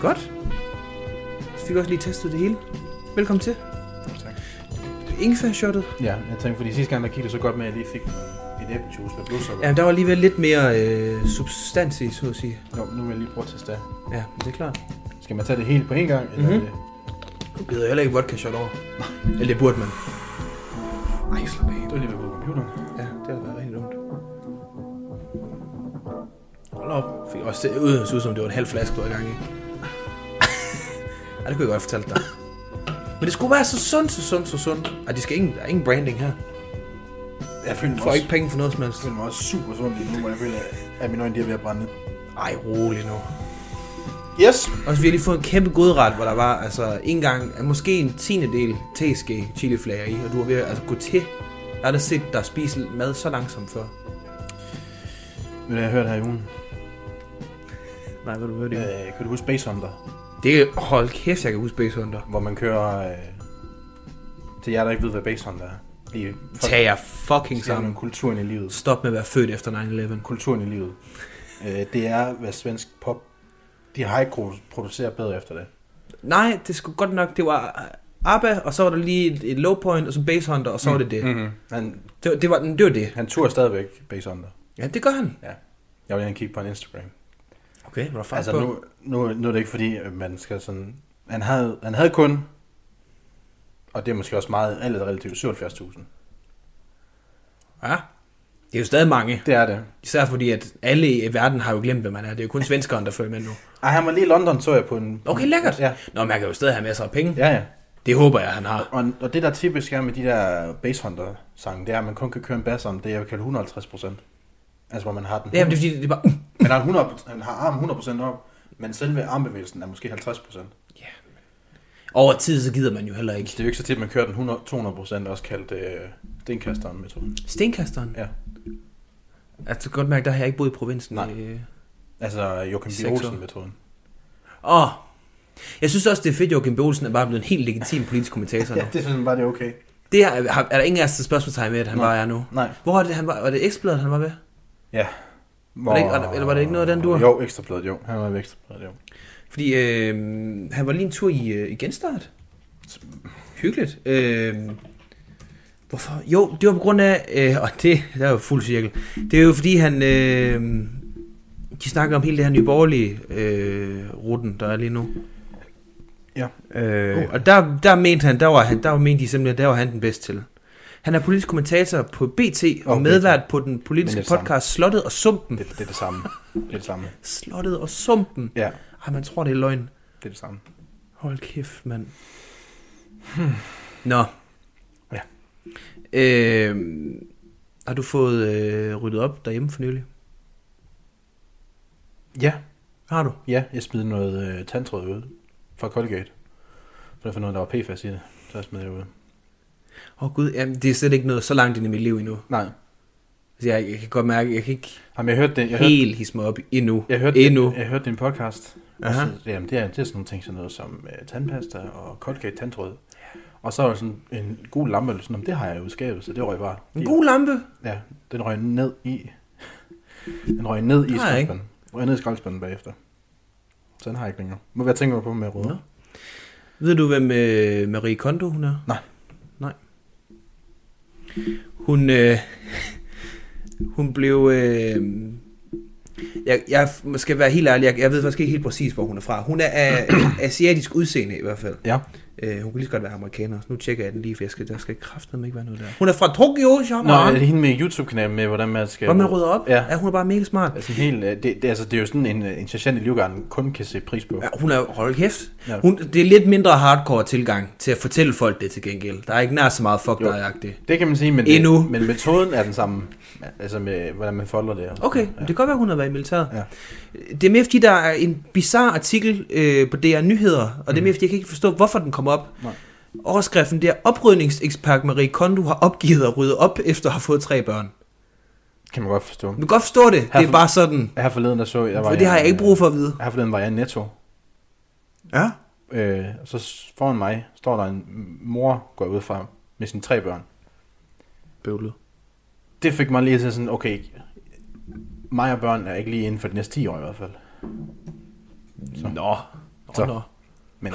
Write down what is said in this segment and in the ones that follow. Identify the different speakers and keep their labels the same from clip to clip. Speaker 1: Godt. Så fik vi også lige testet det hele. Velkommen til.
Speaker 2: Tak.
Speaker 1: Ingefær-shottet.
Speaker 2: Ja, jeg tænkte, fordi sidste gang, der gik det så godt med, at jeg lige fik et æblejuice med blodsukker.
Speaker 1: Ja, der var alligevel lidt mere øh, substans i, så at sige.
Speaker 2: Jo, nu vil jeg lige prøve at teste det.
Speaker 1: Ja, men det er klart.
Speaker 2: Skal man tage det hele på en gang? Eller
Speaker 1: Mhm.
Speaker 2: mm-hmm.
Speaker 1: Du gider heller ikke vodka-shot over. Eller det burde man. Nej, slap af.
Speaker 2: Du er lige ved på computeren.
Speaker 1: Ja, det har været rigtig dumt. Hold op. Fik også se ud, det så ud som det var en halv flaske, du havde gang i. Ej, det kunne jeg godt have fortalt dig. Men det skulle være så sundt, så sundt, så sundt. Ej, de skal ingen, der er ingen branding her.
Speaker 2: Jeg føler
Speaker 1: Du
Speaker 2: mig,
Speaker 1: får
Speaker 2: også,
Speaker 1: ikke penge for noget som
Speaker 2: jeg
Speaker 1: helst.
Speaker 2: føler mig også super sund lige nu, hvor jeg føler, at mine øjne de er ved at brænde.
Speaker 1: Ej, rolig nu.
Speaker 2: Yes!
Speaker 1: Og så vi har lige fået en kæmpe godret, hvor der var altså ikke engang, måske en tiende del teske chiliflager i, og du var ved at altså, gå til. Jeg har da set dig spise mad så langsomt før.
Speaker 2: Ved du, jeg har hørt her i ugen?
Speaker 1: Nej, hvad du hørte
Speaker 2: Øh, kan du huske Space Hunter?
Speaker 1: Det hold kæft, jeg kan huske Base Hunter.
Speaker 2: Hvor man kører... Øh, til jer, der ikke ved, hvad Space Hunter er. Lige
Speaker 1: Tag jer fucking sammen.
Speaker 2: sammen. Kulturen i livet.
Speaker 1: Stop med at være født efter 9-11.
Speaker 2: Kulturen i livet. Øh, det er, hvad svensk pop... De har ikke produceret bedre efter det.
Speaker 1: Nej, det skulle godt nok, det var øh, ABBA, og så var der lige et, et low point, og så Base Hunter, og så var det det.
Speaker 2: Mm-hmm. Han,
Speaker 1: Det, var- det, var, det var det.
Speaker 2: han turer stadigvæk Base Hunter.
Speaker 1: Ja, det gør han.
Speaker 2: Jeg vil gerne kigge på en Instagram.
Speaker 1: Okay, var der
Speaker 2: Altså, nu, nu, nu er det ikke fordi, at man skal sådan... Han havde, han havde kun, og det er måske også meget, alt er relativt, 77.000.
Speaker 1: Ja, det er jo stadig mange.
Speaker 2: Det er det.
Speaker 1: Især fordi, at alle i verden har jo glemt, hvem man er. Det er jo kun svenskeren, der følger med nu.
Speaker 2: Ej, han var lige i London, så jeg på en...
Speaker 1: Okay, lækkert.
Speaker 2: Ja,
Speaker 1: Nå, men han kan jo stadig have masser af penge.
Speaker 2: ja. ja.
Speaker 1: Det håber jeg, han har.
Speaker 2: Og, og det, der typisk er med de der basehunter-sange, det er, at man kun kan køre en bass om det, jeg vil kalde 150 procent. Altså, hvor man har den.
Speaker 1: Det er, det er fordi, det er bare... uh.
Speaker 2: Man har, 100, man har armen 100 procent op, men selve armbevægelsen er måske 50 procent.
Speaker 1: Over tid, så gider man jo heller ikke.
Speaker 2: Det er jo ikke så tit, man kører den 100, 200 procent, også kaldt øh, stenkasteren-metoden.
Speaker 1: Stenkasteren?
Speaker 2: Ja.
Speaker 1: Altså, du kan godt mærke, der har jeg ikke boet i provinsen.
Speaker 2: Nej.
Speaker 1: i, øh,
Speaker 2: Altså, Joachim B.
Speaker 1: Seks år.
Speaker 2: Olsen-metoden.
Speaker 1: Åh. Oh. Jeg synes også, det er fedt, at Joachim B. Olsen er bare blevet en helt legitim politisk kommentator nu.
Speaker 2: Ja, det synes jeg bare, det er okay.
Speaker 1: Det er, er der ingen af os, der spørgsmålstegn ved, at han
Speaker 2: Nej.
Speaker 1: bare er nu.
Speaker 2: Nej.
Speaker 1: Hvor er det, han var? Var det Ekstrabladet, han var ved?
Speaker 2: Hvor...
Speaker 1: det ikke- eller var det ikke noget af den dur?
Speaker 2: Jo, ekstrabladet, jo. Han var i ekstrabladet, jo.
Speaker 1: Fordi øh, han var lige en tur i, øh, i genstart. Hyggeligt. Øh, hvorfor? Jo, det var på grund af... Øh, og det der er jo fuld cirkel. Det er jo fordi, han... Øh, de snakker om hele det her nye borgerlige øh, ruten, der er lige nu.
Speaker 2: Ja.
Speaker 1: Øh,
Speaker 2: Oh.
Speaker 1: uh, og der, der mente han, der var, han, der var mente de simpelthen, der var han den bedste til. Han er politisk kommentator på BT og
Speaker 2: Og
Speaker 1: oh,
Speaker 2: BT.
Speaker 1: medvært på den politiske
Speaker 2: Men det er det
Speaker 1: podcast Slottet og Sumpen.
Speaker 2: Det, det er det samme. Det er det samme.
Speaker 1: Slottet og Sumpen.
Speaker 2: Ja,
Speaker 1: Ej, man tror, det er løgn.
Speaker 2: det er det samme.
Speaker 1: Hold kæft, mand. Nå.
Speaker 2: Hmm. Ja.
Speaker 1: Øh, har du fået øh, ryddet op derhjemme for nylig?
Speaker 2: Ja,
Speaker 1: Har du?
Speaker 2: ja. Jeg smed noget øh, tandtråd ud fra Colgate. For der var noget, der var PFAS i det. Så jeg smed det ud.
Speaker 1: Åh oh, gud, jamen, det er slet ikke noget så langt ind i mit liv endnu.
Speaker 2: Nej.
Speaker 1: Så jeg, jeg kan godt mærke, jeg kan ikke
Speaker 2: Jamen, jeg hørte det. Jeg hørte,
Speaker 1: helt hisse mig op endnu.
Speaker 2: jeg hørte,
Speaker 1: endnu.
Speaker 2: jeg, jeg hørte din podcast.
Speaker 1: Aha.
Speaker 2: Og Så, jamen, det er, det er sådan nogle ting, sådan noget som øh, tandpasta og Colgate tandtråd. Og så var der sådan en god lampe, eller sådan, "Nå, men det har jeg jo i skabet, så det røg bare.
Speaker 1: En god lampe.
Speaker 2: Ja, den røg ned i... Den røg ned i
Speaker 1: Nej, ikke?
Speaker 2: skraldespanden. Røg ned i skraldespanden bagefter. Så den har jeg ikke længere. Men hvad tænker du på med røde?
Speaker 1: Nå. Ved du, hvem øh, Marie Kondo hun er?
Speaker 2: Nej.
Speaker 1: Nej. Hun, øh, hun blev... Øh, jeg, jeg skal være helt ærlig, jeg, jeg ved faktisk ikke helt præcis, hvor hun er fra. Hun er af asiatisk udseende i hvert fald.
Speaker 2: Ja.
Speaker 1: Øh, hun kan lige så godt være amerikaner. Nu tjekker jeg den lige, for jeg skal, der skal kraftedeme ikke være noget der. Hun er fra Tokyo,
Speaker 2: Nå, er
Speaker 1: Shamara.
Speaker 2: det hende med YouTube-kanalen med, hvordan man skal...
Speaker 1: Hvor man rydder op.
Speaker 2: Ja.
Speaker 1: ja. hun er bare mega smart.
Speaker 2: Altså, helt, øh, det, det, altså, det er jo sådan en, øh, en sergeant i livgarden kun kan se pris på.
Speaker 1: Ja, hun er hold kæft.
Speaker 2: Ja.
Speaker 1: Hun, det er lidt mindre hardcore tilgang til at fortælle folk det til gengæld. Der er ikke nær så meget fuck
Speaker 2: Jo.
Speaker 1: dig
Speaker 2: Det kan man sige, men,
Speaker 1: Endnu.
Speaker 2: men metoden er den samme. Altså med, hvordan man folder det. og sådan
Speaker 1: Okay,
Speaker 2: noget.
Speaker 1: ja. det kan godt være, hun har været i militæret.
Speaker 2: Ja.
Speaker 1: Det er mere fordi, der er en bizarre artikel øh, på DR Nyheder, og det er mere fordi, jeg kan ikke forstå, hvorfor den kommer op.
Speaker 2: Mm. Nej.
Speaker 1: Overskriften, det er, oprydningsekspert Marie Kondo har opgivet at rydde op, efter at have fået tre børn.
Speaker 2: Ja. Kan man godt forstå.
Speaker 1: Du kan godt forstå det, det er
Speaker 2: Herfor-
Speaker 1: bare sådan.
Speaker 2: Her forleden, der så... Der var
Speaker 1: For det har jeg ikke brug for at vide.
Speaker 2: Her forleden var jeg i netto.
Speaker 1: Ja.
Speaker 2: Øh, og så s- foran mig står der en mor, går jeg ud fra, med sine tre børn.
Speaker 1: Bøvlet.
Speaker 2: det fik mig lige til sådan, okay, mig og børn er ikke lige inden for de næste 10 år i hvert fald.
Speaker 1: Nå. Nå,
Speaker 2: Så.
Speaker 1: nå.
Speaker 2: Men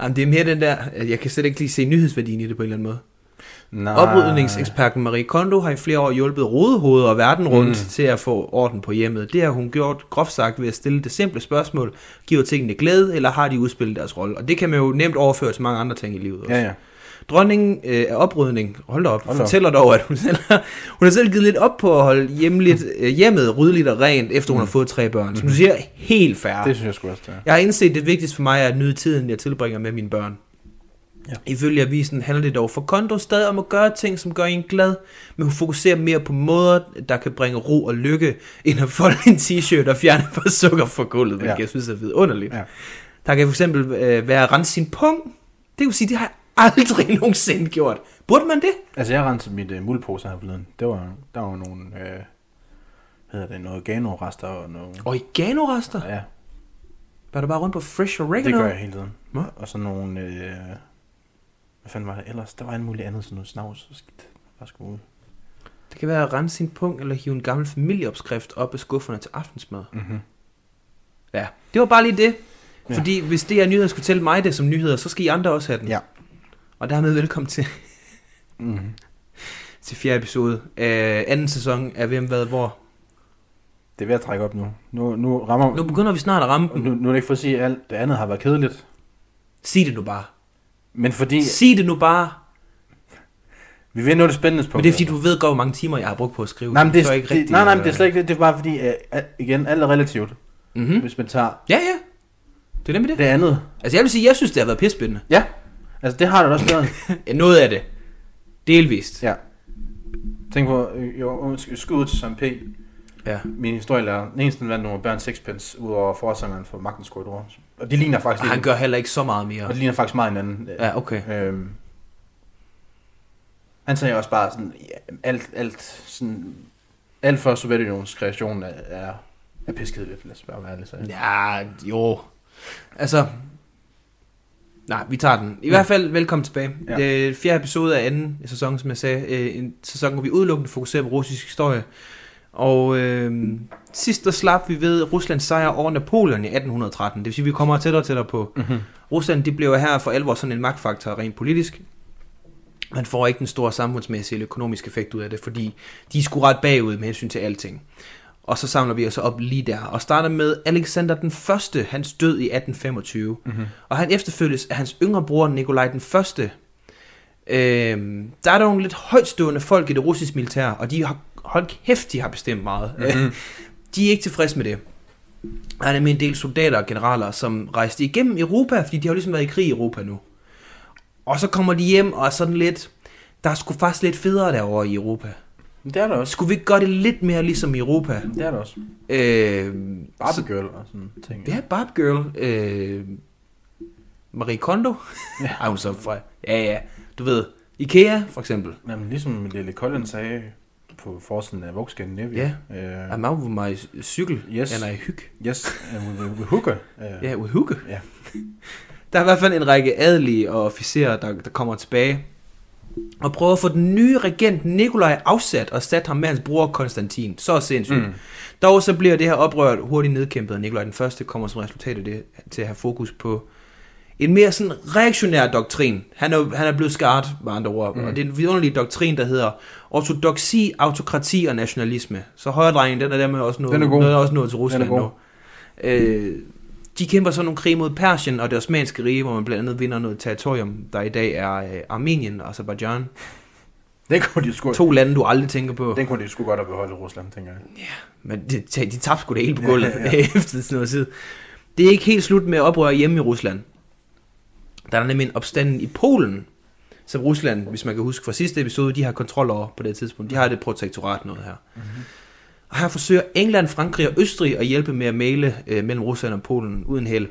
Speaker 1: Jamen, det er mere den der, at jeg kan slet ikke lige se nyhedsværdien i det på en eller anden måde.
Speaker 2: nej.
Speaker 1: Oprydningseksperten Marie Kondo har i flere år hjulpet rodehoveder og verden rundt
Speaker 2: Mm.
Speaker 1: mm. til at få orden på hjemmet. Det har hun gjort groft sagt ved at stille det simple spørgsmål. Giver tingene glæde, eller har de udspillet deres rolle? Og det kan man jo nemt overføre til mange andre ting i livet også.
Speaker 2: Ja, ja.
Speaker 1: Dronningen øh, af oprydning, hold da op,
Speaker 2: Hold
Speaker 1: hold
Speaker 2: da op.
Speaker 1: fortæller dog, at hun selv, har, hun har selv givet lidt op på at holde hjemligt, øh, hjemmet ryddeligt og rent, efter hun har fået tre børn. Som du siger, helt fair.
Speaker 2: Mm. Det synes jeg sgu også, det er.
Speaker 1: Jeg har indset, det vigtigste for mig er at nyde tiden, jeg tilbringer med mine børn.
Speaker 2: Ja.
Speaker 1: Ja. Ifølge avisen handler det dog for Kondo stadig om at gøre ting, som gør en glad, men hun fokuserer mere på måder, der kan bringe ro og lykke, end at folde en t-shirt og fjerne et par sukker fra gulvet, hvilket
Speaker 2: Ja.
Speaker 1: ja. jeg synes er vidunderligt.
Speaker 2: Ja.
Speaker 1: Ja. Der kan for eksempel øh, være at rense sin pung. Det vil sige, det har jeg aldrig nogensinde gjort. Burde man det?
Speaker 2: Altså, jeg rensede mit uh, muldposer her forleden. Det var, der var nogle, øh, hvad hedder det, noget ganorester og noget...
Speaker 1: Oregano-rester?
Speaker 2: Ja,
Speaker 1: Var du bare rundt på fresh
Speaker 2: det
Speaker 1: oregano?
Speaker 2: gør jeg hele tiden.
Speaker 1: Nå.
Speaker 2: Og så nogle, øh, hvad fanden var det ellers? Der var en mulig andet, sådan noget snavs og skidt. Bare skulle ud.
Speaker 1: Det kan være at rense sin pung, eller hive en gammel familieopskrift op af skufferne til aftensmad.
Speaker 2: Mm-hmm.
Speaker 1: Ja, det var bare lige det.
Speaker 2: Ja.
Speaker 1: Fordi hvis det her nyheder skulle tælle mig det som nyheder, så skal I andre også have den.
Speaker 2: Ja.
Speaker 1: Og dermed velkommen til,
Speaker 2: Mm-hmm.
Speaker 1: til fjerde episode af anden sæson af Hvem Hvad Hvor.
Speaker 2: Det er ved at trække op nu. Nu, nu rammer...
Speaker 1: Nu begynder vi snart at ramme
Speaker 2: Nu,
Speaker 1: dem.
Speaker 2: nu er det ikke for at sige, at alt det andet har været kedeligt.
Speaker 1: Sig det nu bare.
Speaker 2: Men fordi...
Speaker 1: Sig det nu bare.
Speaker 2: Vi vil nå det spændende på.
Speaker 1: Men det er fordi, du ved godt, hvor mange timer jeg har brugt på at skrive.
Speaker 2: Nej, men det,
Speaker 1: så
Speaker 2: er,
Speaker 1: ikke
Speaker 2: ikke det,
Speaker 1: rigtigt,
Speaker 2: nej, nej, men
Speaker 1: øh,
Speaker 2: det er slet ikke det. Det er bare fordi, øh, al- igen, alt er relativt. Mm.
Speaker 1: Mhm.
Speaker 2: Hvis man tager
Speaker 1: Ja, ja. Det er nemlig det.
Speaker 2: det andet.
Speaker 1: Altså jeg vil sige, jeg synes, det har været pissespændende.
Speaker 2: Ja, altså det har det også været.
Speaker 1: Ja, Noget af det. Delvist.
Speaker 2: ja. Tænk på, øh, jo, undskyld, skud ud til Søren P.
Speaker 1: Ja.
Speaker 2: Min historielærer. Den eneste, den vandt nogle børn sixpence, ud over forsangeren for Magtens Korridor. Og de ligner faktisk,
Speaker 1: Og han
Speaker 2: lidt,
Speaker 1: gør heller ikke så meget mere.
Speaker 2: og de ligner faktisk meget hinanden. Øh,
Speaker 1: Ja, okay.
Speaker 2: Øhm, han sagde også bare sådan, ja, alt, alt, sådan, alt for Sovjetunionens kreation er, er, er pisket lidt, lad os bare være ærlig. Så.
Speaker 1: Ja, jo. Altså, nej, vi tager den. I hvert fald, velkommen tilbage.
Speaker 2: Ja.
Speaker 1: Ja. Øh, fjerde episode af anden sæson, som jeg sagde. Øh, en sæson, hvor vi udelukkende fokuserer på russisk historie. Og øh, sidst der slap vi ved Ruslands sejr over Napoleon i 1813. Det vil sige, at vi kommer tættere og tættere på.
Speaker 2: Mm-hmm.
Speaker 1: Rusland de blev her for alvor sådan en magtfaktor rent politisk. Man får ikke den store samfundsmæssige eller økonomiske effekt ud af det, fordi de er sgu ret bagud med hensyn til alting. Og så samler vi os op lige der, og starter med Alexander den Første, hans død i 1825.
Speaker 2: Mm-hmm.
Speaker 1: Og han efterfølges af hans yngre bror, Nikolaj den Første. Øhm, der er nogle lidt højtstående folk i det russiske militær, og de har, hold kæft, de har bestemt meget.
Speaker 2: Mhm.
Speaker 1: de er ikke tilfredse med det. Der er nemlig en del soldater og generaler, som rejste igennem Europa, fordi de har jo ligesom været i krig i Europa nu. Og så kommer de hjem og er sådan lidt, der er sgu faktisk lidt federe derovre i Europa.
Speaker 2: Det er der også.
Speaker 1: Skulle vi ikke gøre det lidt mere ligesom i Europa?
Speaker 2: Det er der også.
Speaker 1: Øh, så,
Speaker 2: Barbie Girl og sådan ting.
Speaker 1: ja, Barb Girl. Øh, Marie Kondo.
Speaker 2: Ja.
Speaker 1: Ja. Ej, hun er så fra. Ja, ja. Du ved, Ikea for eksempel.
Speaker 2: Jamen, ligesom Lille Collins sagde på forsiden af Vogue Scandinavia. Øh,
Speaker 1: Ja.
Speaker 2: Yeah.
Speaker 1: I'm out with my cykel.
Speaker 2: Yes.
Speaker 1: Ja, nej, hyg.
Speaker 2: Uh, yes, uh, we, we hooker. Uh,
Speaker 1: Ja, with hygge.
Speaker 2: Ja.
Speaker 1: Der er i hvert fald en række adelige og officerer, der, der kommer tilbage og prøver at få den nye regent Nikolaj afsat og sat ham med hans bror Konstantin. Så sindssygt.
Speaker 2: Mm.
Speaker 1: Mm. Dog så bliver det her oprør hurtigt nedkæmpet, og Nikolaj den Første kommer som resultat af det til at have fokus på en mere sådan reaktionær doktrin. Han er, jo- han er blevet skart, med andre ord. Mm. Og det er en vidunderlig doktrin, der hedder ortodoksi, autokrati og nationalisme. Så højredrejningen, den er dermed også nået,
Speaker 2: Den er god.
Speaker 1: den er også nået til Rusland
Speaker 2: Den er god.
Speaker 1: nu. Øh, de kæmper så nogle krige mod Persien og det osmanske rige, hvor man blandt andet vinder noget territorium, der i dag er øh, Armenien og Azerbaijan.
Speaker 2: Den kunne de sgu...
Speaker 1: To lande, du aldrig tænker på.
Speaker 2: Den kunne de sgu godt have beholdt i Rusland, tænker jeg.
Speaker 1: Men de, de tabte sgu det hele på gulvet efter sådan noget tid. Det er ikke helt slut med oprør hjemme i Rusland. Der er nemlig en opstanden i Polen, som Rusland, hvis man kan huske fra sidste episode, de har kontrol over på det tidspunkt. De har det protektorat noget her. Mm-hmm. Og her forsøger England, Frankrig og Østrig at hjælpe med at male øh, mellem Rusland og Polen uden held.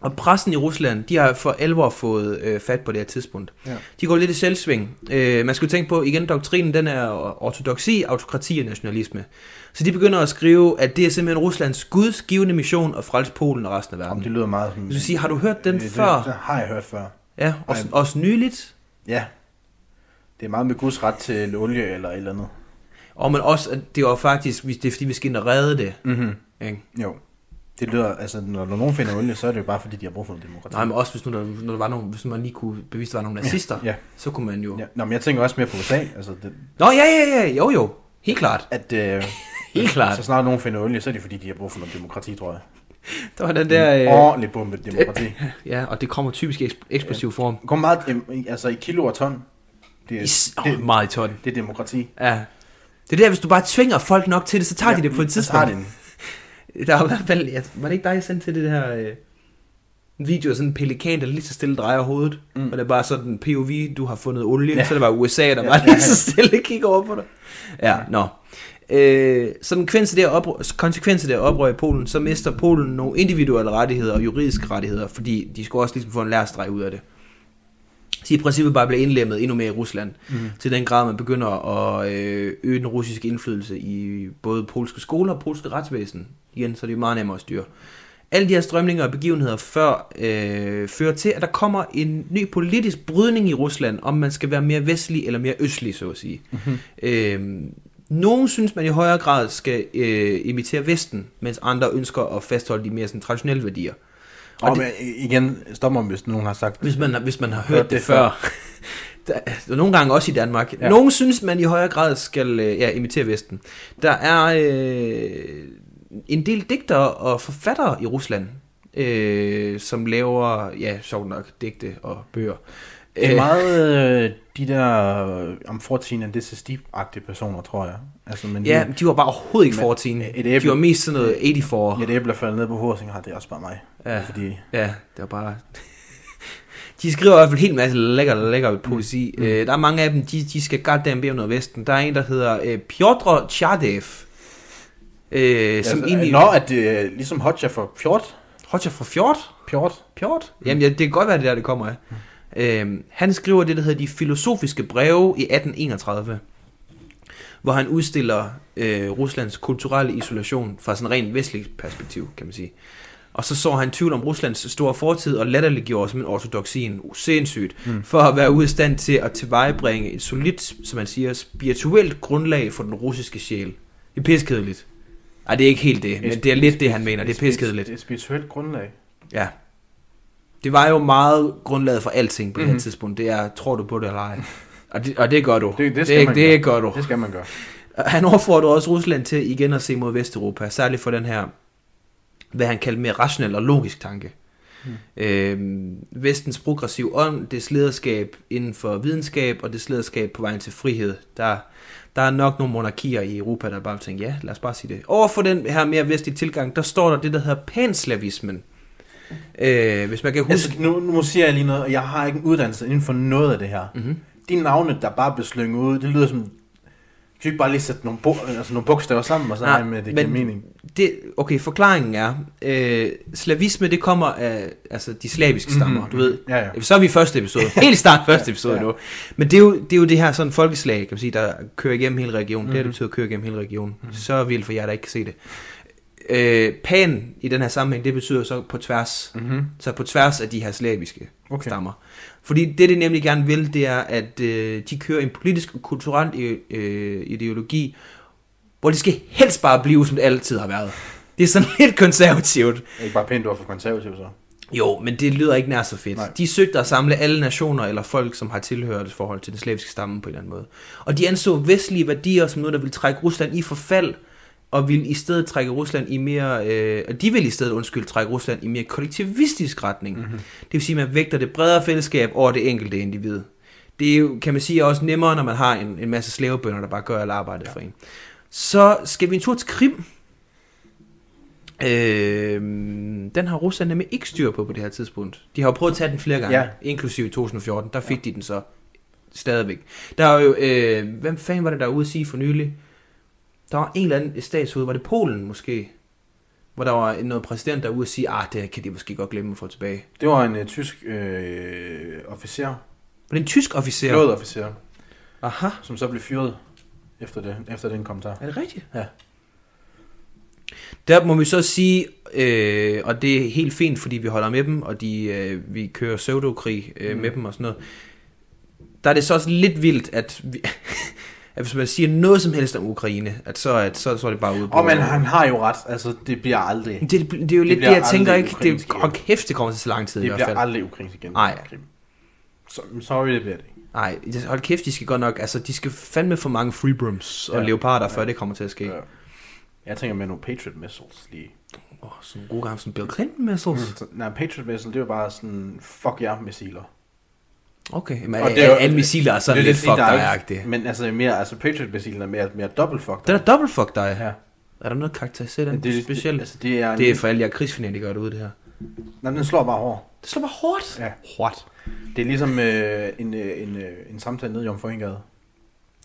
Speaker 1: Og pressen i Rusland, de har for alvor fået øh, fat på det her tidspunkt.
Speaker 2: Ja.
Speaker 1: De går lidt i selvsving. Øh, man skal jo tænke på, igen, doktrinen den er ortodoksi, autokrati og nationalisme. Så de begynder at skrive, at det er simpelthen Ruslands guds givende mission at frelse Polen og resten af
Speaker 2: Jamen,
Speaker 1: verden.
Speaker 2: det lyder meget som...
Speaker 1: Jeg vil sige, har du hørt den
Speaker 2: Øh, det,
Speaker 1: før?
Speaker 2: Den har jeg hørt før.
Speaker 1: Ja, også, også nyligt.
Speaker 2: Ja. Det er meget med Guds ret til olie eller et eller andet.
Speaker 1: Og men også, at det var faktisk, hvis det er fordi, vi skal ind og redde det.
Speaker 2: Mm-hmm.
Speaker 1: Ikke?
Speaker 2: Jo. Det lyder, altså når, når nogen finder olie, så er det jo bare fordi, de har brug for noget demokrati.
Speaker 1: Nej, men også hvis nu der, når der var nogen, hvis man lige kunne bevise, at der var nogle nazister,
Speaker 2: ja.
Speaker 1: så kunne man jo...
Speaker 2: Ja. Nå, men jeg tænker også mere på USA. Altså, det,
Speaker 1: Nå, ja, ja, ja, jo, jo. Helt klart.
Speaker 2: at, øh,
Speaker 1: Helt klart.
Speaker 2: Så snart nogen finder olie, så er det fordi, de har brug for noget demokrati, tror jeg.
Speaker 1: Der var den der...
Speaker 2: Øh,
Speaker 1: Øh,
Speaker 2: Ordentligt bombet demokrati.
Speaker 1: ja, og det kommer typisk i eks- eksplosiv form.
Speaker 2: Det kommer meget øhm, altså, i kilo og ton. Det,
Speaker 1: I, s-
Speaker 2: er-
Speaker 1: oh,
Speaker 2: det,
Speaker 1: meget i totten.
Speaker 2: det er demokrati.
Speaker 1: Ja. Det er der, hvis du bare tvinger folk nok til det, så tager ja, de det på et
Speaker 2: så tager
Speaker 1: tidspunkt.
Speaker 2: de den.
Speaker 1: Der er i hvert fald, ja, var det ikke dig, jeg sendte til det her øh, video af sådan en pelikan, der lige så stille drejer hovedet, mm. og det er bare sådan en POV, du har fundet olie, ja. så det var USA, der ja, bare lige så stille kigger over på dig. Ja, nå. Øh, så den kvinse der oprør, konsekvenser der oprør i Polen, så mister Polen nogle individuelle rettigheder og juridiske rettigheder, fordi de skulle også ligesom få en lærerstreg ud af det. Så i princippet bare bliver indlemmet endnu mere i Rusland, mm. til den grad, man begynder at øh, øge den russiske indflydelse i både polske skoler og polske retsvæsen. Igen, så det er meget nemmere at styre. Alle de her strømninger og begivenheder før, øh, fører til, at der kommer en ny politisk brydning i Rusland, om man skal være mere vestlig eller mere østlig, så at sige. Mm-hmm. Øh, nogle synes, man i højere grad skal øh, imitere Vesten, mens andre ønsker at fastholde de mere sådan, traditionelle værdier.
Speaker 2: Og, og det, men, igen, stop mig, hvis nogen har sagt
Speaker 1: Hvis man, har- hvis man har hørt det, det før. Der, der er nogle gange også i Danmark. Ja. Nogle synes, man i højere grad skal øh, ja, imitere Vesten. Der er øh, en del digtere og forfattere i Rusland, øh, som laver, ja, sjovt nok, digte og bøger.
Speaker 2: Det er
Speaker 1: Øh,
Speaker 2: meget øh, de der øh, om 14 and this is deep-agtige personer, tror jeg. Altså, men
Speaker 1: Ja,
Speaker 2: de,
Speaker 1: men de var bare overhovedet ikke
Speaker 2: Men
Speaker 1: 14.
Speaker 2: et æble-
Speaker 1: De var mest sådan noget 84.
Speaker 2: ja, det æble er faldet ned på hovedet, og tænker, "Ah, det er også bare mig.
Speaker 1: Ja.
Speaker 2: Fordi,
Speaker 1: Ja, det var bare... de skriver i hvert fald en hel masse lækker, lækker poesi. Mm. Øh, der er mange af dem, de, de skal goddamn bede om noget vesten. Der er en, der hedder øh, Piotr Tjardev. Øh, som
Speaker 2: altså,
Speaker 1: egentlig...
Speaker 2: Nå, at det øh, ligesom Hodja for Pjort.
Speaker 1: Roger fra Fjord?
Speaker 2: Pjort.
Speaker 1: Pjort? Mm. Jamen, ja, det kan godt være, det er der, det kommer af. Øhm, han skriver det, der hedder De Filosofiske Breve i 1831, hvor han udstiller øh, Ruslands kulturelle isolation fra sådan rent vestligt perspektiv, kan man sige. Og så så han tvivl om Ruslands store fortid og latterliggjorde som en ortodoxien sindssygt, mm. for at være ude af stand til at tilvejebringe et solidt, som man siger, spirituelt grundlag for den russiske sjæl. Det er piskedeligt. Ej, det er ikke helt det, men det er lidt det, han mener. Det er piskedeligt.
Speaker 2: Det er et spirituelt grundlag.
Speaker 1: Ja. Det var jo meget grundlaget for alting på mm-hmm. det her tidspunkt. Det er, tror du på det eller ej? Og det, og det gør du.
Speaker 2: Mhm. Det, det, skal
Speaker 1: det,
Speaker 2: man
Speaker 1: det
Speaker 2: gøre.
Speaker 1: gør du.
Speaker 2: Det skal man gøre.
Speaker 1: Han opfordrede også Rusland til igen at se mod Vesteuropa, særligt for den her, hvad han kaldte mere rationel og logisk tanke. Mm. Øhm, vestens progressiv ånd, dets lederskab inden for videnskab og dets lederskab på vejen til frihed. Der, der er nok nogle monarkier i Europa, der bare tænker, ja, lad os bare sige det. Over for den her mere vestlige tilgang, der står der det, der hedder panslavismen. Øh, hvis man kan huske...
Speaker 2: Altså, nu, nu siger jeg lige noget, og jeg har ikke en uddannelse inden for noget af det her.
Speaker 1: Mhm.
Speaker 2: Mm-hmm. De navne, der bare blev slynget ud, det lyder som... Kan vi ikke bare lige sætte nogle, bo, altså nogle bogstaver sammen, og så har
Speaker 1: Nej,
Speaker 2: jeg med, at det
Speaker 1: Ah, men-
Speaker 2: giver mening?
Speaker 1: det, okay, forklaringen er, øh, slavisme det kommer af altså, de slaviske stammer, mm-hmm. du ved.
Speaker 2: Mhm. Ja, ja.
Speaker 1: Så er vi i første episode, helt start første episode
Speaker 2: Ja.
Speaker 1: nu. Men det er, jo, det er jo det her sådan folkeslag, kan man sige, der kører igennem hele regionen. Mm-hmm. Det her
Speaker 2: Mhm.
Speaker 1: det betyder at køre igennem hele regionen. Mm-hmm. Så vildt for jer, der ikke kan se det. Øh, pan i den her sammenhæng, det betyder så på tværs.
Speaker 2: Mm-hmm.
Speaker 1: Så på tværs af de her slaviske okay.
Speaker 2: Okay.
Speaker 1: stammer. Fordi det, de nemlig gerne vil, det er, at øh, de kører en politisk og kulturel i- øh, ideologi, hvor det skal helst bare blive, som det altid har været. Det er sådan lidt konservativt.
Speaker 2: Ikke bare pænt ord for konservativ, så.
Speaker 1: Jo, men det lyder ikke nær så fedt. Nej.
Speaker 2: Nej.
Speaker 1: De søgte at samle alle nationer eller folk, som har tilhørt et forhold til den slaviske stamme på en eller anden måde. Og de anså vestlige værdier som noget, der ville trække Rusland i forfald, og ville i stedet trække Rusland i mere, øh, og de ville i stedet, undskyld, trække Rusland i mere kollektivistisk retning. Mm-hmm. Det vil sige, at man vægter det bredere fællesskab over det enkelte individ. Det er jo, kan man sige, også nemmere, når man har en, en masse slavebønder, der bare gør alt arbejdet ja. for en. Så skal vi en tur til Krim. Øh, den har Rusland nemlig ikke styr på på det her tidspunkt. De har jo prøvet at tage den flere gange, ja.
Speaker 2: Ja.
Speaker 1: inklusive i 2014. Der fik ja. de den så stadigvæk. Der er jo, øh, hvem fanden var det, der var ude at sige for nylig? Der var en eller anden statshoved, var det Polen måske? Hvor der var noget præsident, der var ude at sige, ah, det kan de måske godt glemme at få tilbage.
Speaker 2: Det var en øh, tysk øh, officer,
Speaker 1: Var det en tysk officer?
Speaker 2: flådeofficer,
Speaker 1: Aha.
Speaker 2: som så blev fyret efter, det, efter den kommentar.
Speaker 1: Er det rigtigt?
Speaker 2: Ja.
Speaker 1: Der må vi så sige, øh, og det er helt fint, fordi vi holder med dem, og de, øh, vi kører pseudokrig øh, mm. med dem og sådan noget. Der er det så også lidt vildt, at vi, at hvis man siger noget som helst om Ukraine, at så, at, så, så er det bare ude på...
Speaker 2: Og men han har jo ret, altså det bliver aldrig,
Speaker 1: det, det, det, er jo lidt det,
Speaker 2: bliver
Speaker 1: jeg tænker
Speaker 2: aldrig
Speaker 1: ikke. Det,
Speaker 2: ukrainsk igen.
Speaker 1: og kæft, det kommer til så lang tid i
Speaker 2: det
Speaker 1: hvert
Speaker 2: bliver
Speaker 1: fald.
Speaker 2: aldrig ukrainsk igen.
Speaker 1: Nej.
Speaker 2: Krim. Så, sorry, det bliver det ikke.
Speaker 1: Nej, det- hold kæft, de skal godt nok... Altså, de skal fandme for mange freebrooms og
Speaker 2: Ja.
Speaker 1: leoparder, før det kommer til at ske. Åh,
Speaker 2: Ja. Øh, Jeg tænker med nogle Patriot missiles lige.
Speaker 1: oh, sådan en god gang som Bill Clinton missiles.
Speaker 2: Så, nej, Patriot missile, det var bare sådan, fuck jer missiler.
Speaker 1: Okay, men
Speaker 2: Og det er jo-
Speaker 1: alle missiler er sådan
Speaker 2: Det er
Speaker 1: lidt
Speaker 2: fordi,
Speaker 1: fuck
Speaker 2: der er
Speaker 1: dig
Speaker 2: ikke-
Speaker 1: agtigt
Speaker 2: Men altså, mere, altså Patriot missilen er mere, mere dobbelt fuck
Speaker 1: Den er dobbelt fuck dig.
Speaker 2: Ja.
Speaker 1: Er der noget karakteriseret den?
Speaker 2: Det, det,
Speaker 1: specielt?
Speaker 2: Det, altså, det er, en,
Speaker 1: Det er for alle jer krigsfanatikere derude, det her.
Speaker 2: nej, den slår bare hårdt.
Speaker 1: Det slår bare hårdt.
Speaker 2: Ja.
Speaker 1: Hårdt.
Speaker 2: Det er ligesom øh, en, øh, en, øh, en samtale nede i Omforingade.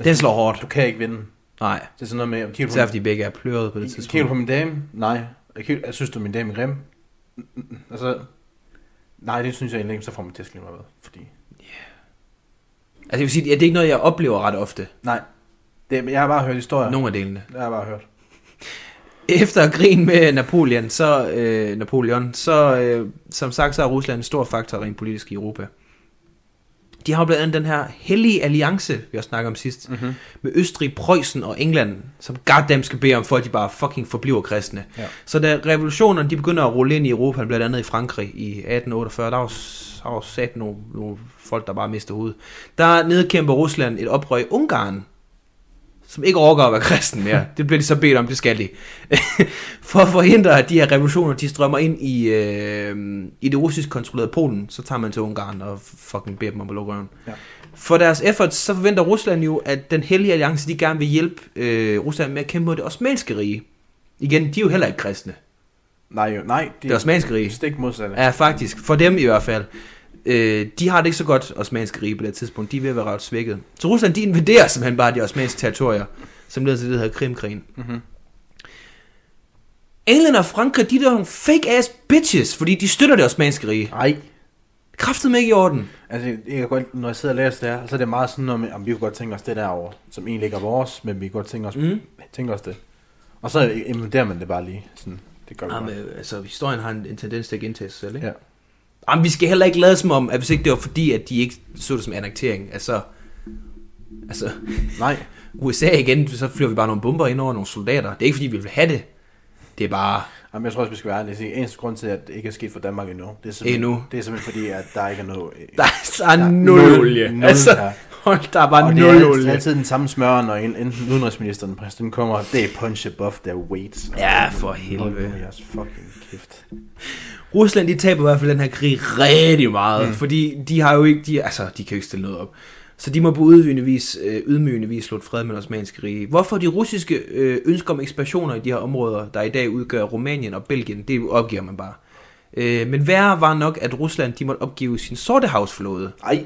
Speaker 1: Den slår hårdt.
Speaker 2: Du kan ikke vinde.
Speaker 1: Nej.
Speaker 2: Det er sådan noget med, om kigger
Speaker 1: Især
Speaker 2: du
Speaker 1: fordi begge er pløret på det
Speaker 2: på, min- kigger du
Speaker 1: tidspunkt.
Speaker 2: på min dame? Nej. Jeg kigger- Jeg synes du, min dame er grim? Mm, mm, Altså, nej, det synes jeg egentlig ikke, så får man tæsk lige meget ved, fordi...
Speaker 1: Altså, jeg vil sige, ja, det er ikke noget, jeg oplever ret ofte.
Speaker 2: Nej, det, jeg har bare hørt historier.
Speaker 1: Nogle af delene.
Speaker 2: Det har jeg bare hørt.
Speaker 1: Efter krigen med Napoleon, så, øh, Napoleon, så øh, som sagt, så er Rusland en stor faktor rent politisk i Europa. De har jo blandt andet den her hellige alliance, vi også snakkede om sidst,
Speaker 2: Mm-hmm.
Speaker 1: med Østrig, Preussen og England, som goddamn skal bede om, for at de bare fucking forbliver kristne.
Speaker 2: Ja.
Speaker 1: Så da revolutionerne de begynder at rulle ind i Europa, blandt andet i Frankrig i 1848, der var, s- der var sat nogle, nogle folk, der bare mistede hovedet. Der nedkæmper Rusland et oprør i Ungarn, som ikke overgår at være kristen mere. Det bliver de så bedt om, det skal de. For at forhindre, at de her revolutioner, de strømmer ind i, øh, i det russisk kontrollerede Polen, så tager man til Ungarn og fucking beder dem om at lukke røven.
Speaker 2: Ja.
Speaker 1: For deres efforts, så forventer Rusland jo, at den hellige alliance, de gerne vil hjælpe øh, Rusland med at kæmpe mod det osmanske rige. Igen, de er jo heller ikke kristne.
Speaker 2: Nej, jo, nej, det,
Speaker 1: Det osmanske
Speaker 2: er
Speaker 1: rige
Speaker 2: stik modsatte.
Speaker 1: er faktisk, for dem i hvert fald, øh, de har det ikke så godt, osmanske rige på det tidspunkt. De er ved at være ret svækket. Så Rusland, de invaderer simpelthen bare de osmanske territorier, som leder til det, der hedder Krimkrigen.
Speaker 2: Mm-hmm.
Speaker 1: England og Frankrig, de er der nogle fake ass bitches, fordi de støtter det osmanske rige.
Speaker 2: Nej,
Speaker 1: Kræftet med ikke i orden.
Speaker 2: altså jeg kan godt, når jeg sidder og læser det her, så er det meget sådan noget med, om vi kunne godt tænke os det derovre, som egentlig ikke er vores, men vi kunne godt tænke os,
Speaker 1: Mm.
Speaker 2: mm. tænke os det. Og så implementerer man det bare lige, sådan, det gør vi bare.
Speaker 1: Jamen, altså, historien har en, en tendens til at gentage sig selv, ikke?
Speaker 2: Ja.
Speaker 1: Jamen, vi skal heller ikke lade som om, at hvis ikke det var fordi, at de ikke så det som annektering, altså... Altså,
Speaker 2: Nej,
Speaker 1: USA igen, så flyver vi bare nogle bomber ind over nogle soldater. Det er ikke fordi, vi vil have det. Det er bare...
Speaker 2: Jamen, jeg tror også, vi skal være ærlige. og sige, Eneste grund til, at det ikke er sket for Danmark endnu, det er simpelthen,
Speaker 1: Endnu.
Speaker 2: Det er simpelthen fordi, at der ikke er noget... øh,
Speaker 1: Der er, der er
Speaker 2: Der er
Speaker 1: nul,
Speaker 2: nul-
Speaker 1: olie.
Speaker 2: nul,
Speaker 1: altså,
Speaker 2: ja.
Speaker 1: hold, der er bare
Speaker 2: og det
Speaker 1: nul
Speaker 2: er altid,
Speaker 1: olie.
Speaker 2: altid den samme smør, når en- enten udenrigsministeren præsidenten kommer, det er punch above their weight.
Speaker 1: Ja, for
Speaker 2: Hold
Speaker 1: helvede.
Speaker 2: nu jeres fucking kæft.
Speaker 1: Rusland, de taber i hvert fald den her krig rigtig meget, mm. fordi de har jo ikke, de, altså, de kan jo ikke stille noget op. Så de må på ydmygende vis, øh, ydmygende vis slutte fred med det osmanske rige. Hvorfor de russiske øh, ønsker om ekspansioner i de her områder, der i dag udgør Rumænien og Belgien, det opgiver man bare. Øh, men værre var nok, at Rusland de måtte opgive sin sortehavsflåde
Speaker 2: Ej,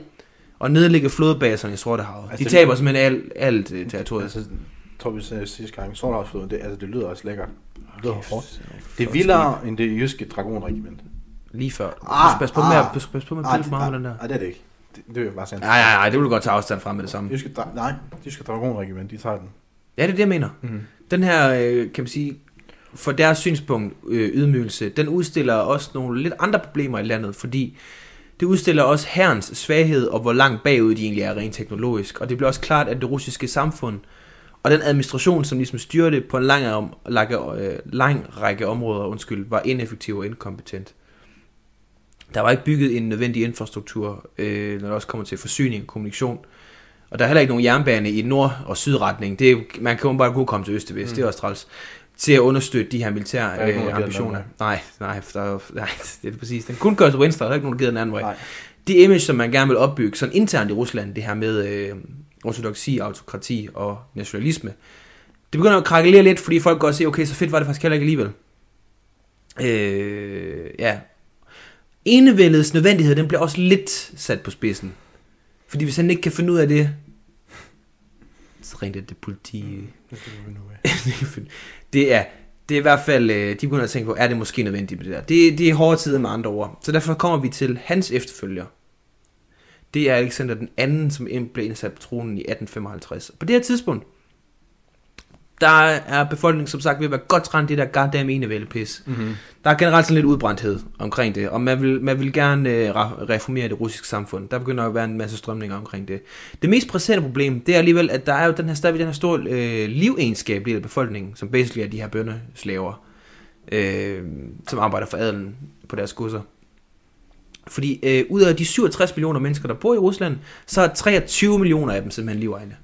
Speaker 1: og nedlægge flådebaserne i Sortehavet. Altså,
Speaker 2: Altså,
Speaker 1: de
Speaker 2: det-
Speaker 1: taber simpelthen alt, alt øh, territoriet.
Speaker 2: altså, jeg tror vi sagde sidste gang, Sorthavsfloden, det, altså, det lyder også lækkert. Det lyder hårdt.
Speaker 1: Kæft,
Speaker 2: Det er vildere end det jyske dragonregiment.
Speaker 1: Lige før. Ah,
Speaker 2: Ah,
Speaker 1: pas på med
Speaker 2: ah.
Speaker 1: at pas på med at
Speaker 2: Ej,
Speaker 1: pille for meget med den der.
Speaker 2: ej, det er det ikke. Det, det er jo bare sandt.
Speaker 1: Nej, nej, nej, det vil du godt tage afstand fra med det samme.
Speaker 2: Jyske, dra- nej, jyske dragonregiment, de tager den.
Speaker 1: Ja, det er det, jeg mener.
Speaker 2: Mm.
Speaker 1: Den her, øh, kan man sige, for deres synspunkt, øh, ydmygelse, den udstiller også nogle lidt andre problemer i landet, fordi det udstiller også herrens svaghed og hvor langt bagud de egentlig er rent teknologisk. Og det bliver også klart, at det russiske samfund og den administration, som ligesom styrer det på en lang, om, lang, øh, lang række områder, undskyld, var ineffektiv og inkompetent. Der var ikke bygget en nødvendig infrastruktur, øh, når det også kommer til forsyning og kommunikation. Og der er heller ikke nogen jernbane i nord- og sydretning. Det er, jo- man kan jo bare kunne komme til øst og vest, mm. det er også træls. Til at understøtte de her
Speaker 2: Der er
Speaker 1: militære øh,
Speaker 2: ikke nogen, der gider den
Speaker 1: ambitioner.
Speaker 2: anden
Speaker 1: Nej, nej, for der, er jo- nej, det er det præcis. Den kun kører til venstre, og der er ikke nogen, der gider den anden vej.
Speaker 2: Nej.
Speaker 1: Det image, som man gerne vil opbygge, sådan internt i Rusland, det her med øh, ortodoksi, autokrati og nationalisme, det begynder at krakkelere lidt, fordi folk godt se, okay, så fedt var det faktisk heller ikke alligevel. Øh, ja. Enevældets nødvendighed, den bliver også lidt sat på spidsen. Fordi hvis han ikke kan finde ud af det, så rent er det politi.
Speaker 2: Det skal vi finde ud af.
Speaker 1: det er det er i hvert fald, øh, de begynder at tænke på, er det måske nødvendigt med det der? Det, det er hårde tider med andre ord. Så derfor kommer vi til hans efterfølger. Det er Alexander den anden, som ind- blev indsat på tronen i 1855. På det her tidspunkt, der er befolkningen som sagt ved at være godt træt af det der goddamn enevældepis. Mm-hmm. Der er generelt sådan lidt udbrændthed omkring det, og man vil, man vil gerne øh, ra- reformere det russiske samfund. Der begynder at være en masse strømninger omkring det. Det mest presserende problem, det er alligevel, at der er jo den her, stadigvæk den her store øh, livegenskab i del af befolkningen, som basically er de her bøndeslaver, øh, som arbejder for adelen på deres godser. Fordi øh, ud af de 67 millioner mennesker, der bor i Rusland, så er 23 millioner af dem simpelthen livegne.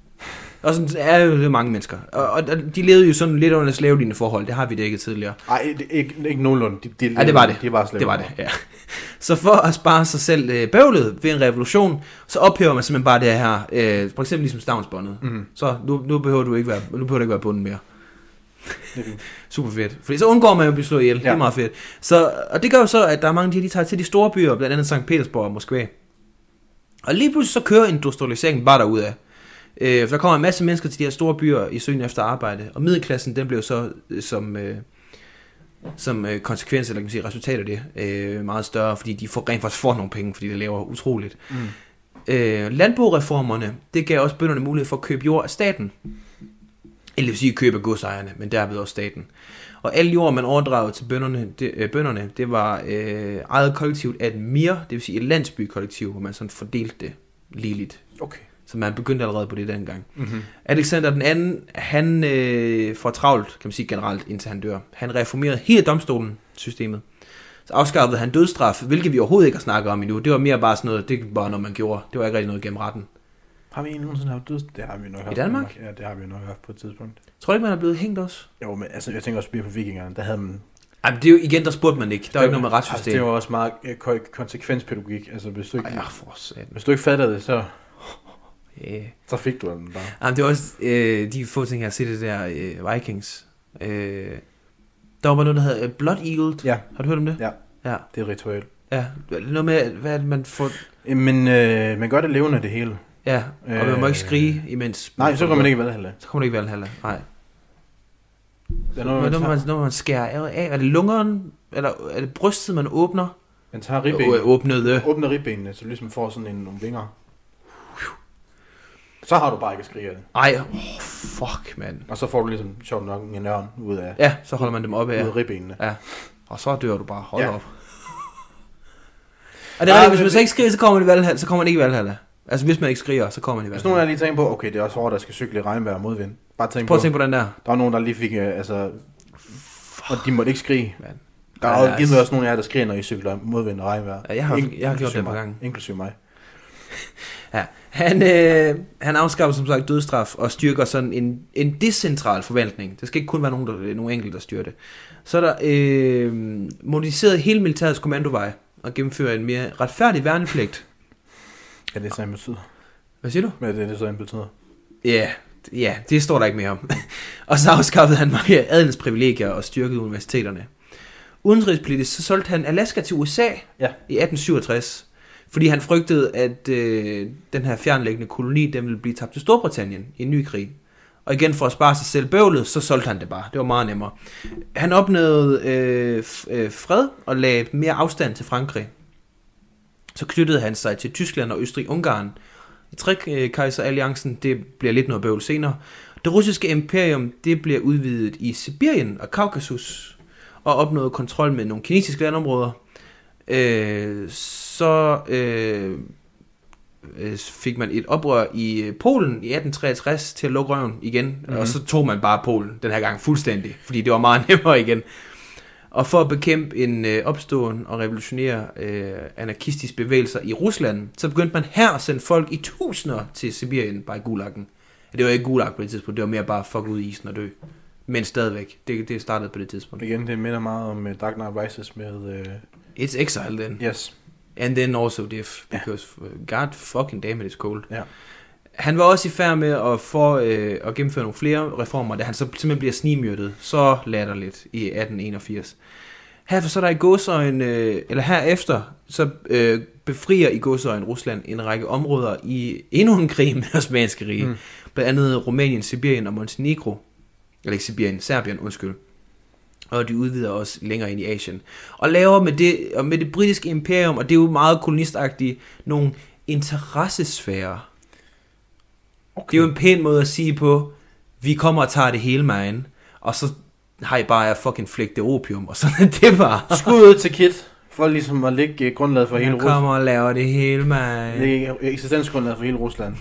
Speaker 1: Og sådan er jo det mange mennesker. Og, og de levede jo sådan lidt under slavelignende forhold, det har vi dækket tidligere.
Speaker 2: Nej, det- ikke, ikke nogenlunde. De, de,
Speaker 1: Ja, det var det.
Speaker 2: De var slet
Speaker 1: det var det, ja. Så for at spare sig selv øh, bøvlet ved en revolution, så ophæver man simpelthen bare det her, øh, for eksempel ligesom stavnsbåndet.
Speaker 2: Mhm.
Speaker 1: Mm. Så nu, nu, behøver du ikke være, nu behøver du ikke være bunden mere. Super fedt. Fordi så undgår man jo at blive slået ihjel. Ja. Det er
Speaker 2: Ja.
Speaker 1: meget fedt. Så, og det gør jo så, at der er mange af de, her, de tager til de store byer, blandt andet St. Petersborg og Moskva. Og lige pludselig så kører industrialiseringen bare derudad. Øh, for der kommer en masse mennesker til de her store byer i søgen efter arbejde. Og middelklassen, den blev så øh, som, øh, som øh, konsekvens, eller kan man sige, resultat af det, øh, meget større, fordi de får, rent faktisk får nogle penge, fordi det laver utroligt. Mm. Øh, landboreformerne, det gav også bønderne mulighed for at købe jord af staten. Eller det vil sige købe af godsejerne, men derved også staten. Og alle jord, man overdragede til bønderne, det, øh, bønderne, det var øh, ejet kollektivt af et mir, det vil sige et landsbykollektiv, hvor man sådan fordelte det ligeligt.
Speaker 2: Okay.
Speaker 1: Så man begyndte allerede på det dengang. Mm-hmm. Alexander den anden, han øh, får travlt, kan man sige generelt, indtil han dør. Han reformerede hele domstolen, systemet. Så afskaffede han dødsstraf, hvilket vi overhovedet ikke har snakket om endnu. Det var mere bare sådan noget, det var noget, man gjorde. Det var ikke rigtig noget gennem retten.
Speaker 2: Har vi egentlig nogensinde haft døds? Det har vi nok haft.
Speaker 1: Danmark?
Speaker 2: Ja, det har vi nok haft på et tidspunkt.
Speaker 1: Tror du ikke, man er blevet hængt også?
Speaker 2: Jo, men altså, jeg tænker også mere på vikingerne. Der havde man...
Speaker 1: Ej, men det er jo igen, der spurgte man ikke. Der var ikke noget med
Speaker 2: Altså, det
Speaker 1: retssystemet.
Speaker 2: var også meget øh, ko- konsekvenspædagogik. Altså, hvis du ikke,
Speaker 1: Ej, ja, for satan.
Speaker 2: hvis du ikke fattede det, så,
Speaker 1: Yeah.
Speaker 2: så fik du den bare.
Speaker 1: Jamen, det var også øh, de få ting, jeg har set i det der øh, Vikings. Øh, der var bare noget, der hed øh, Blood Eagle.
Speaker 2: Ja,
Speaker 1: Har du hørt om det?
Speaker 2: Ja.
Speaker 1: Ja,
Speaker 2: det er et ritual.
Speaker 1: ja. Noget med, hvad er det, man får...
Speaker 2: Øh, Men øh, man gør det levende det hele.
Speaker 1: Ja, og man må ikke skrige imens.
Speaker 2: Øh, Nej, så kan man ikke valhalla.
Speaker 1: Så kommer du ikke Valhalla, nej.
Speaker 2: Der
Speaker 1: Når
Speaker 2: er noget,
Speaker 1: man,
Speaker 2: man,
Speaker 1: når man,
Speaker 2: tager,
Speaker 1: når man skærer æret af, er det lungeren, eller er det brystet, man åbner?
Speaker 2: man tager
Speaker 1: Åh,
Speaker 2: ribben,
Speaker 1: Åbnede.
Speaker 2: åbner ribbenene, så du ligesom får sådan en, nogle vinger. Så har du bare ikke at skrige af det.
Speaker 1: Ej, oh, fuck, mand.
Speaker 2: Og så får du ligesom, sjovt nok, en ørn ud af,
Speaker 1: Ja, så holder man dem op af.
Speaker 2: ud af ribbenene.
Speaker 1: Ja, og så dør du bare. Hold
Speaker 2: Ja.
Speaker 1: op. Og det er
Speaker 2: Ej,
Speaker 1: rigtigt, hvis
Speaker 2: men-
Speaker 1: man så ikke skriger, så kommer man i Valhalla. Så kommer man ikke i Valhalla. Altså, hvis man ikke skriger, så kommer man i
Speaker 2: Hvis nogen
Speaker 1: Valhalla.
Speaker 2: har lige tænkt på, okay, det er også hårdt, der skal cykle i regnvejr og modvind. Bare tænk
Speaker 1: Prøv
Speaker 2: på,
Speaker 1: at tænke på den der.
Speaker 2: der var nogen, der lige fik, øh, altså, og de måtte ikke skrige.
Speaker 1: Mand.
Speaker 2: Der
Speaker 1: Ej,
Speaker 2: er jo
Speaker 1: altså.
Speaker 2: givet også nogle af jer, der skriger, når I cykler i modvind og regnvejr.
Speaker 1: Ja, jeg har-
Speaker 2: Ink-
Speaker 1: jeg har gjort det et
Speaker 2: inklusive
Speaker 1: par
Speaker 2: mig.
Speaker 1: gange.
Speaker 2: Inklusive mig.
Speaker 1: Ja. Han, øh, han afskaffer som sagt dødsstraf og styrker sådan en, en decentral forvaltning. Det skal ikke kun være nogen, der, øh, nogen enkelte, der styrer det. Så er der øh, moderniseret hele militærets kommandovej og gennemfører en mere retfærdig værnepligt.
Speaker 2: Ja, det er sådan, det betyder.
Speaker 1: Hvad siger du?
Speaker 2: Men det er det, sådan betyder.
Speaker 1: Ja, ja, det står der ikke mere om. og så afskaffede han mange adelens privilegier og styrkede universiteterne. Udenrigspolitisk så solgte han Alaska til USA
Speaker 2: Ja.
Speaker 1: i 1867, fordi han frygtede, at øh, den her fjernlæggende koloni, den ville blive tabt til Storbritannien i en ny krig. Og igen for at spare sig selv bøvlet, så solgte han det bare. Det var meget nemmere. Han opnåede øh, f- øh, fred og lagde mere afstand til Frankrig. Så knyttede han sig til Tyskland og Østrig-Ungarn. Trækkejseralliancen, det bliver lidt noget bøvl senere. Det russiske imperium, det bliver udvidet i Sibirien og Kaukasus, og opnåede kontrol med nogle kinesiske landområder. Øh, så øh, øh, fik man et oprør i øh, Polen i 1863 til at lukke røven igen, mm-hmm. og så tog man bare Polen den her gang fuldstændig, fordi det var meget nemmere igen. Og for at bekæmpe en øh, opståen og revolutionere øh, anarkistiske bevægelser i Rusland, så begyndte man her at sende folk i tusinder til Sibirien, bare i Gulagen. Det var ikke Gulag på det tidspunkt, det var mere bare fuck ud i isen og dø. Men stadigvæk, det, det startede på det tidspunkt.
Speaker 2: Igen, det minder meget om øh, Dark Knight Rises med, øh,
Speaker 1: It's exile then.
Speaker 2: yes,
Speaker 1: And then also diff, because uh, god fucking damn it, it's cold.
Speaker 2: Ja.
Speaker 1: Han var også i færd med at, få, øh, at gennemføre nogle flere reformer, da han så simpelthen bliver snimyrtet så latterligt i 1881. Herfor så er der i godsøjen, øh, eller herefter, så øh, befrier i godsøjen Rusland en række områder i endnu en krig med Osmanske rige. Mm. Blandt andet Rumænien, Sibirien og Montenegro. Eller ikke Sibirien, Serbien, undskyld. Og de udvider også længere ind i Asien. Og laver med det, og med det britiske imperium, og det er jo meget kolonistagtigt, nogle interessesfærer. Okay. Det er jo en pæn måde at sige på, vi kommer og tager det hele med ind, og så har I bare jeg fucking flægte opium, og sådan er det bare.
Speaker 2: Skud ud til Kit, for ligesom at lægge øh, grundlaget for hele
Speaker 1: Han
Speaker 2: Rusland.
Speaker 1: kommer og laver det hele med
Speaker 2: Lægge eksistensgrundlaget for hele Rusland.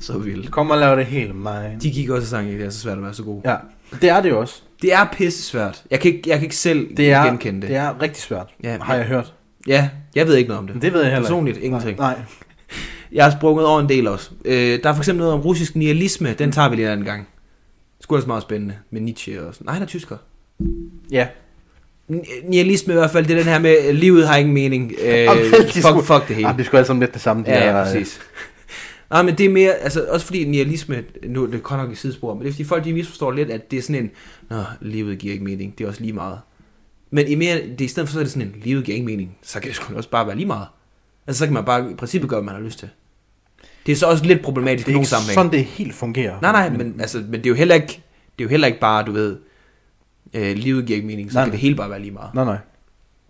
Speaker 1: Så vildt.
Speaker 2: Kom og lav det helt mig.
Speaker 1: De gik også og sang, at det er så svært at være så god.
Speaker 2: Ja, det er det jo også.
Speaker 1: Det er pisse svært. Jeg kan ikke, jeg kan ikke selv
Speaker 2: Det er,
Speaker 1: genkende det.
Speaker 2: det er rigtig svært,
Speaker 1: Ja,
Speaker 2: har jeg hørt.
Speaker 1: Ja, jeg ved ikke noget om det.
Speaker 2: Men det ved jeg heller
Speaker 1: Personligt
Speaker 2: ikke.
Speaker 1: ingenting.
Speaker 2: Nej, nej.
Speaker 1: Jeg har sprunget over en del også. Øh, der er for eksempel noget om russisk nihilisme. Den tager vi lige en anden gang. Skulle også meget spændende med Nietzsche og sådan. Nej, han er tysker.
Speaker 2: Ja,
Speaker 1: Ni- Nihilisme i hvert fald, det er den her med, øh, livet har ingen mening. Øh,
Speaker 2: Jamen, de
Speaker 1: fuck,
Speaker 2: skulle-
Speaker 1: fuck det hele.
Speaker 2: Jamen, det er sgu alle sammen lidt det samme. de
Speaker 1: Ja,
Speaker 2: der,
Speaker 1: ja,
Speaker 2: øh,
Speaker 1: præcis. Nej, men det er mere, altså også fordi nihilisme, nu er det godt nok et sidespor, men det er fordi folk de misforstår lidt, at det er sådan en, nå, livet giver ikke mening, det er også lige meget. Men i, mere, det, i stedet for så er det sådan en, livet giver ikke mening, så kan det sgu også bare være lige meget. Altså så kan man bare i princippet gøre, hvad man har lyst til. Det er så også lidt problematisk i
Speaker 2: Det er
Speaker 1: nogle
Speaker 2: ikke
Speaker 1: sammenhæng.
Speaker 2: sådan, det helt fungerer.
Speaker 1: Nej, nej, men, altså, men det er jo heller ikke, det er jo heller ikke bare, du ved, øh, livet giver ikke mening, så
Speaker 2: Nej,
Speaker 1: kan
Speaker 2: nej.
Speaker 1: det hele bare være lige meget.
Speaker 2: Nej,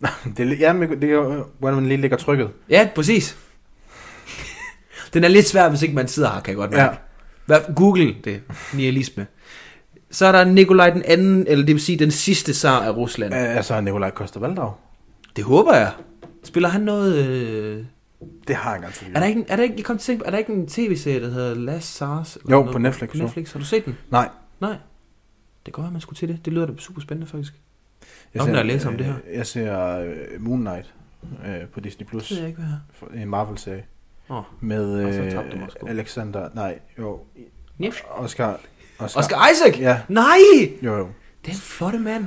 Speaker 2: nej. det er, li- ja, men det er jo, øh, hvordan man lige lægger trykket.
Speaker 1: Ja, præcis. Den er lidt svær, hvis ikke man sidder her, kan jeg godt mærke.
Speaker 2: Ja.
Speaker 1: Hvad, Google det, nihilisme. Så er der Nikolaj den anden, eller det vil sige den sidste zar af Rusland.
Speaker 2: Øh, Altså, Nikolaj Koster Valdau.
Speaker 1: Det håber jeg. Spiller han noget... Øh...
Speaker 2: Det har jeg garanteret.
Speaker 1: Er der ikke, en- er der ikke, jeg kom til at tænke, på, er der ikke en tv-serie, der hedder Last Sars?
Speaker 2: Jo, på Netflix,
Speaker 1: På
Speaker 2: jo.
Speaker 1: Netflix. Har du set den?
Speaker 2: Nej.
Speaker 1: Nej. Det går, at man skulle til det. Det lyder da super spændende, faktisk.
Speaker 2: Jeg
Speaker 1: Nå, men lad os læse om
Speaker 2: øh,
Speaker 1: det her.
Speaker 2: Jeg ser øh, Moon Knight øh, på Disney+. Plus.
Speaker 1: Det ved jeg ikke, hvad her.
Speaker 2: For- En Marvel-serie.
Speaker 1: Åh.
Speaker 2: Med
Speaker 1: Og så tabte du
Speaker 2: øh,
Speaker 1: mig sgu.
Speaker 2: Alexander... Nej, jo.
Speaker 1: Nif.
Speaker 2: Oscar... Oscar.
Speaker 1: Oscar Isaac!
Speaker 2: Ja,
Speaker 1: Nej!
Speaker 2: jo jo.
Speaker 1: Den flotte mand.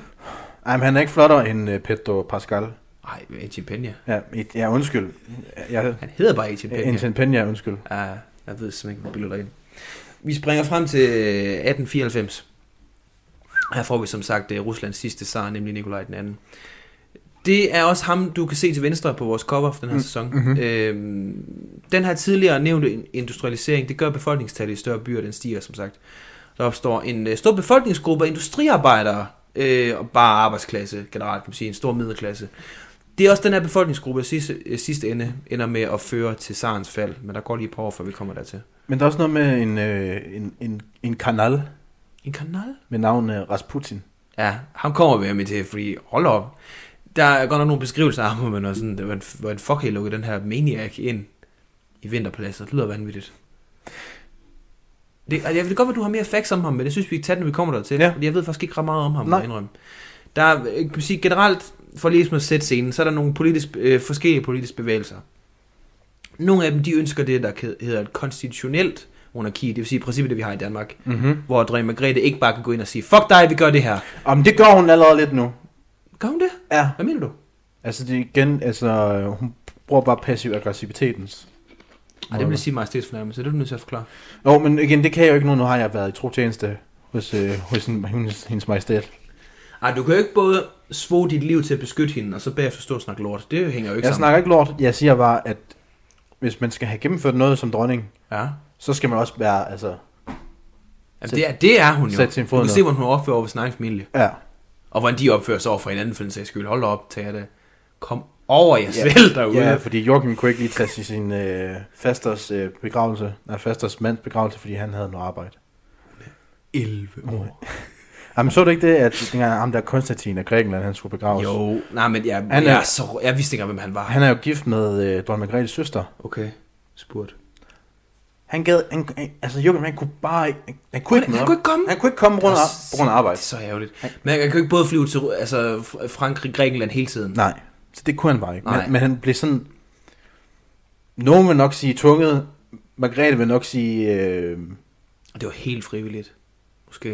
Speaker 2: Ej, men han er ikke flottere end øh, Pedro Pascal.
Speaker 1: Ej, Etienne Peña.
Speaker 2: Ja, et, ja undskyld. Jeg,
Speaker 1: Han hedder bare Etienne Peña.
Speaker 2: Etienne Peña, undskyld.
Speaker 1: Ja, jeg ved simpelthen ikke, hvor billeder ind. Vi springer frem til øh, 1894. Her får vi som sagt øh, Ruslands sidste zar, nemlig Nikolaj den anden. Det er også ham, du kan se til venstre på vores cover for den her
Speaker 2: Mm,
Speaker 1: sæson.
Speaker 2: mhm.
Speaker 1: Øhm, den her tidligere nævnte in- industrialisering, det gør at befolkningstallet i større byer, den stiger som sagt. Der opstår en øh, stor befolkningsgruppe af industriarbejdere, øh, og bare arbejdsklasse generelt, kan man sige, en stor middelklasse. Det er også den her befolkningsgruppe, der sidste, øh, sidste ende ender med at føre til Sarens fald, men der går lige et par år, før vi kommer dertil.
Speaker 2: Men der er også noget med en, øh, en, en, en kanal
Speaker 1: En kanal?
Speaker 2: med navn øh, Rasputin.
Speaker 1: Ja, ham kommer vi med til, fordi hold op. Der er godt nok nogle beskrivelser af ham, men også sådan, hvordan, hvordan fuck har I lukket den her maniac ind i vinterpaladset? Det lyder vanvittigt. Det, og jeg ved godt, at du har mere facts om ham, men det synes vi ikke tager, når vi kommer dertil.
Speaker 2: Ja.
Speaker 1: Fordi jeg ved faktisk ikke ret meget om ham, må
Speaker 2: Nej.
Speaker 1: jeg indrømme. Der er, øh, kan man sige, generelt, for lige ligesom at sætte scenen, så er der nogle politisk, øh, forskellige politiske bevægelser. Nogle af dem, de ønsker det, der ked- hedder et konstitutionelt monarki, det vil sige i princippet det, vi har i Danmark,
Speaker 2: Mm-hmm.
Speaker 1: hvor Dronning Margrethe ikke bare kan gå ind og sige, fuck dig, vi gør det her.
Speaker 2: Om det gør hun allerede lidt nu.
Speaker 1: Gør hun det?
Speaker 2: Ja.
Speaker 1: Hvad mener du?
Speaker 2: Altså det er igen, altså øh, hun bruger bare passiv aggressivitetens.
Speaker 1: Ej, det vil sige majestætsfornærmelse, det er du nødt til at forklare.
Speaker 2: Jo, men igen, det kan jeg jo ikke nu, nu har jeg været i trotjeneste hos, øh, hos hendes, hendes majestæt.
Speaker 1: Ej, du kan jo ikke både svoge dit liv til at beskytte hende, og så bagefter stå og snakke lort. Det hænger jo ikke
Speaker 2: Jeg
Speaker 1: sammen.
Speaker 2: snakker ikke lort, jeg siger bare, at hvis man skal have gennemført noget som dronning,
Speaker 1: Ja.
Speaker 2: så skal man også være, altså,
Speaker 1: Jamen, det, er, det er hun jo.
Speaker 2: Sæt sin fod
Speaker 1: du kan
Speaker 2: ned.
Speaker 1: se, hvordan hun opfører over for sin egen familie.
Speaker 2: ja.
Speaker 1: Og hvordan de opfører sig over for hinanden, for den sags skyld. Hold da op, tager det. Kom over jer selv derude.
Speaker 2: Ja, fordi Joachim kunne ikke lige tage til sin øh, fasters øh, begravelse, nej, fasters mands begravelse, fordi han havde noget arbejde.
Speaker 1: 11 år.
Speaker 2: Jamen så du ikke det, at dengang ham der Konstantin af Grækenland, han skulle begraves?
Speaker 1: Jo, nej, men jeg,
Speaker 2: Han
Speaker 1: jeg,
Speaker 2: er-
Speaker 1: er så, jeg vidste ikke engang, hvem han var.
Speaker 2: Han er jo gift med øh, Dronning Margrethes søster.
Speaker 1: Okay, spurgt.
Speaker 2: Han gad, han, han- altså Joachim, han kunne bare ikke, han kunne ikke
Speaker 1: Han
Speaker 2: møde
Speaker 1: kunne ikke komme.
Speaker 2: Han kunne ikke komme rundt, af, på grund af
Speaker 1: Det
Speaker 2: arbejde.
Speaker 1: er så ærgerligt. Men jeg kan jo ikke både flyve til altså, Fr- Frankrig, Grækenland hele tiden.
Speaker 2: Nej, så det kunne han bare ikke.
Speaker 1: Nej.
Speaker 2: Men, men han blev sådan, nogen vil nok sige tunget, Margrethe vil nok sige, øh,
Speaker 1: Og det var helt frivilligt. Måske.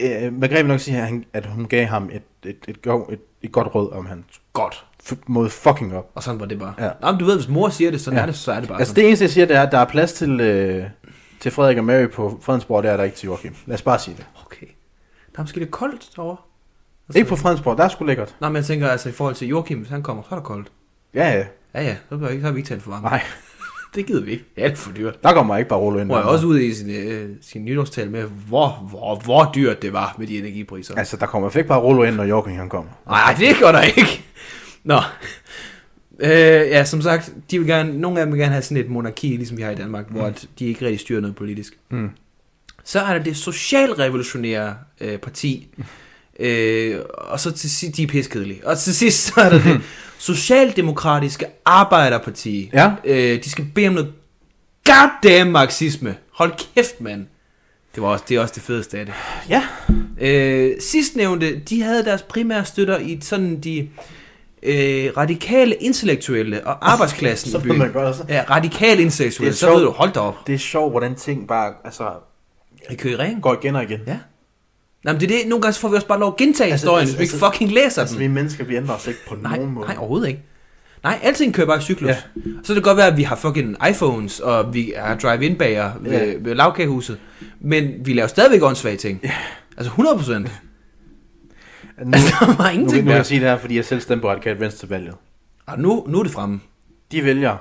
Speaker 2: øh, Margrethe vil nok sige, at, han, at hun gav ham et, et, et, go, et, et godt råd, om han
Speaker 1: Godt.
Speaker 2: f- måde fucking op.
Speaker 1: Og sådan var det bare.
Speaker 2: Ja.
Speaker 1: Nå, men du ved, hvis mor siger det, sådan ja.
Speaker 2: Ja.
Speaker 1: er det, så er det bare
Speaker 2: Altså
Speaker 1: sådan.
Speaker 2: det eneste, jeg siger, det er, at der er plads til, øh, til Frederik og Mary på Fredensborg, det er der ikke til Joachim. Lad os bare sige det.
Speaker 1: Okay. Der er måske lidt koldt derovre. Altså,
Speaker 2: Ikke på Fredensborg, der er sgu lækkert.
Speaker 1: Nej, men jeg tænker altså i forhold til Joachim, hvis han kommer, så er der koldt.
Speaker 2: Ja, ja.
Speaker 1: Ja, ja, så, bliver ikke, så har vi ikke tændt for varmt.
Speaker 2: Nej,
Speaker 1: Det gider vi ikke. Det er alt for dyrt.
Speaker 2: der kommer ikke bare rulle ind.
Speaker 1: Hun er også ude i sin, øh, sin nytårstal med, hvor, hvor, hvor dyrt det var med de energipriser.
Speaker 2: Altså, der kommer ikke bare rulle ind, når Joachim han kommer.
Speaker 1: Nej, det gør der ikke. Nå. Øh, ja, som sagt, de vil gerne, nogle af dem vil gerne have sådan et monarki, ligesom vi har i Danmark, mm. hvor at de ikke rigtig styrer noget politisk.
Speaker 2: Mm.
Speaker 1: Så er der det socialrevolutionære øh, parti. Øh, og så til sidst, de er pissekedelige. Og til sidst, så er der det socialdemokratiske arbejderparti.
Speaker 2: Ja.
Speaker 1: Øh, de skal bede om noget goddamn marxisme. Hold kæft, mand. Det, var også, det er også det fedeste af det.
Speaker 2: Ja.
Speaker 1: Øh, sidstnævnte, de havde deres primære støtter i sådan de øh, radikale intellektuelle og arbejdsklassen
Speaker 2: Så
Speaker 1: i
Speaker 2: ved
Speaker 1: byen.
Speaker 2: man godt, altså.
Speaker 1: Ja, radikale intellektuelle,
Speaker 2: Det
Speaker 1: så
Speaker 2: er
Speaker 1: ved
Speaker 2: sjovt.
Speaker 1: du, hold da op.
Speaker 2: Det er sjovt, hvordan ting bare altså,
Speaker 1: Jeg kører i ring.
Speaker 2: går igen og igen.
Speaker 1: Ja. Nej, men det er det, nogle gange så får vi også bare lov at gentage
Speaker 2: Altså,
Speaker 1: historien,
Speaker 2: altså,
Speaker 1: hvis vi ikke
Speaker 2: altså,
Speaker 1: fucking læser
Speaker 2: Altså,
Speaker 1: den.
Speaker 2: vi mennesker, vi ændrer os ikke på
Speaker 1: Mm. Nej,
Speaker 2: nogen måde.
Speaker 1: nej, overhovedet ikke. Nej, alting kører bare i cyklus.
Speaker 2: Ja.
Speaker 1: Ja. Så kan det godt være, at vi har fucking iPhones, og vi er drive-in-bager ved,
Speaker 2: Ja.
Speaker 1: ja. ved lavkagehuset, men vi laver stadigvæk åndssvage ting. Ja. Altså 100 procent.
Speaker 2: Nu,
Speaker 1: Altså, der var
Speaker 2: nu, nu,
Speaker 1: ingenting
Speaker 2: kan jeg
Speaker 1: mere.
Speaker 2: sige det her, fordi jeg selv stemte på radikalt venstre valget.
Speaker 1: Og nu, nu er det fremme.
Speaker 2: De vælger,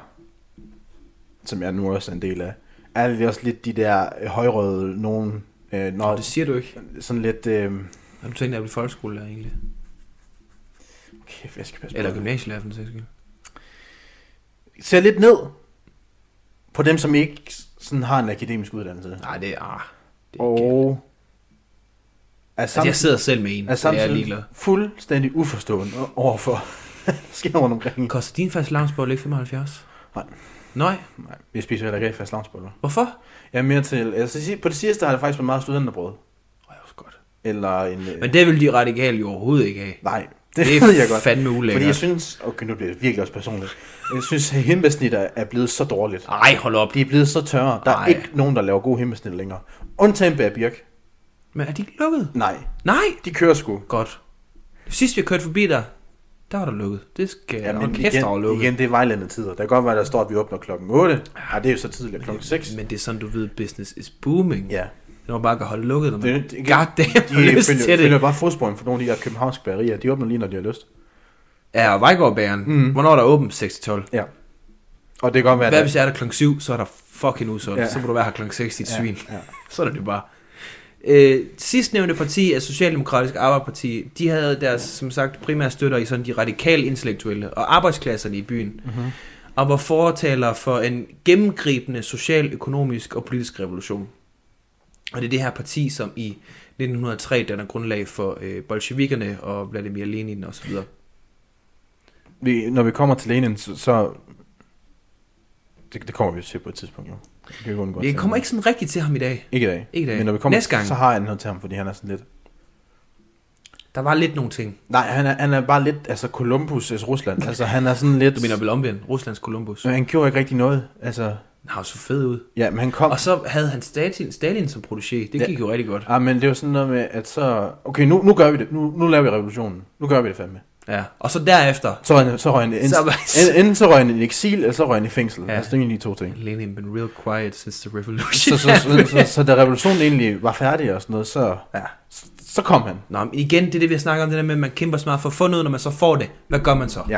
Speaker 2: som jeg nu også er en del af, er det også lidt de der øh, højrøde nogen, øh, når,
Speaker 1: Det siger du ikke.
Speaker 2: sådan lidt, øh,
Speaker 1: Har du tænkt dig at blive folkeskolelærer egentlig?
Speaker 2: kæft, jeg skal passe på.
Speaker 1: Eller gymnasielærer for den sags skyld.
Speaker 2: ser lidt ned på dem, som ikke sådan har en akademisk uddannelse. Det
Speaker 1: Nej, det er... Ah, det er ikke-
Speaker 2: og er
Speaker 1: altså, jeg
Speaker 2: samtidig,
Speaker 1: sidder selv med en,
Speaker 2: er
Speaker 1: altså, jeg er
Speaker 2: samtidig
Speaker 1: ligeglad.
Speaker 2: fuldstændig uforstående overfor sker rundt omkring.
Speaker 1: Koster din fast lavnsbolle ikke 75?
Speaker 2: Nej.
Speaker 1: Nej,
Speaker 2: Nej, jeg spiser heller ikke fast lavnsboller.
Speaker 1: hvorfor?
Speaker 2: Jeg er mere til, altså si- på det sidste har det faktisk været meget studenterbrød.
Speaker 1: Åh, det er også godt.
Speaker 2: Eller en... øh,
Speaker 1: Men det vil de radikale jo overhovedet ikke have.
Speaker 2: nej, det,
Speaker 1: Det
Speaker 2: det
Speaker 1: er
Speaker 2: ved jeg godt.
Speaker 1: fandme
Speaker 2: Fordi jeg
Speaker 1: ulækkert.
Speaker 2: synes, okay nu bliver det virkelig også personligt, jeg synes at himbesnitter er blevet så dårligt.
Speaker 1: Ej, hold op.
Speaker 2: De er blevet så tørre, der er
Speaker 1: Ej.
Speaker 2: ikke nogen, der laver gode himbesnitter længere. Undtagen Bær Birk.
Speaker 1: Men er de ikke lukket?
Speaker 2: Nej,
Speaker 1: Nej!
Speaker 2: de kører sgu.
Speaker 1: Godt. Sidst vi kørte forbi dig, der var der lukket. Det skal
Speaker 2: Ja,
Speaker 1: jeg
Speaker 2: men
Speaker 1: nok kæft, der var
Speaker 2: igen,
Speaker 1: lukket.
Speaker 2: igen, det er vejlandende tider. Der kan godt være, der står, at vi åbner klokken 8. Ja, det er jo så tidligt klokken 6.
Speaker 1: Men det er sådan, du ved, business is booming.
Speaker 2: Ja.
Speaker 1: Når man bare kan holde lukket, når man
Speaker 2: Det- det-
Speaker 1: God damn,
Speaker 2: De
Speaker 1: har lyst
Speaker 2: følger,
Speaker 1: til det.
Speaker 2: følger bare fodsporen for nogle af de her københavnske bagerier. De åbner lige, når de har lyst.
Speaker 1: Ja, og Vejgaardbæren. Mm. Hvornår er der åben? 6-12.
Speaker 2: Ja. Og det kan godt være,
Speaker 1: Hvad
Speaker 2: at-
Speaker 1: hvis jeg er der klokken 7, så er der fucking udsolgt.
Speaker 2: Ja.
Speaker 1: Ja. Så må du være her klokken 6, dit
Speaker 2: Ja,
Speaker 1: ja. svin.
Speaker 2: ja.
Speaker 1: Ja. så er det det bare. Øh, sidstnævnte parti er Socialdemokratisk Arbejderparti. De havde deres, som sagt, primære støtter i sådan de radikale intellektuelle og arbejdsklasserne i byen. Mm-hmm. Og var fortaler for en gennemgribende social, økonomisk og politisk revolution. Og det er det her parti, som i 1903 danner grundlag for øh, bolsjevikerne og Vladimir Lenin osv.
Speaker 2: vi, når vi kommer til Lenin, så... så det, det, kommer vi til på et tidspunkt, jo. Vi kan ikke undgå at
Speaker 1: Vi
Speaker 2: tale
Speaker 1: kommer
Speaker 2: om
Speaker 1: ikke sådan rigtigt til ham i dag.
Speaker 2: det. Ikke i dag.
Speaker 1: Ikke i dag.
Speaker 2: Men når vi kommer
Speaker 1: Næste gang.
Speaker 2: så har jeg noget til ham, fordi han er sådan lidt...
Speaker 1: Der var lidt nogle ting.
Speaker 2: Nej, han er, han er bare lidt... Altså, Columbus altså Rusland. Altså, han er sådan lidt...
Speaker 1: Du mener vel omvendt, Ruslands Columbus.
Speaker 2: han gjorde ikke rigtig noget. Altså,
Speaker 1: Han har jo så fed ud.
Speaker 2: ja, men han kom...
Speaker 1: Og så havde han Stalin, Stalin som protégé. Det
Speaker 2: Ja.
Speaker 1: gik jo rigtig godt.
Speaker 2: Ja, Ah, men det er jo sådan noget med, at så... Okay, nu, nu gør vi det. Nu, nu laver vi revolutionen. Nu gør vi det fandme.
Speaker 1: Ja. Og så derefter...
Speaker 2: Så røg han, så røg han, en,
Speaker 1: Så
Speaker 2: så...
Speaker 1: var-
Speaker 2: En, enten så røg han i eksil, eller så røg han i fængsel. Ja.
Speaker 1: Ja.
Speaker 2: Altså, det er egentlig de to ting.
Speaker 1: Lenin been real quiet since the revolution.
Speaker 2: Så, så, så, så, så, da revolutionen egentlig var færdig og sådan noget, så,
Speaker 1: ja.
Speaker 2: så, så kom han.
Speaker 1: Nå, men igen, det er det, vi har snakket om, det der med, at man kæmper så meget for at få noget, når man så får det. Hvad gør man så?
Speaker 2: Ja.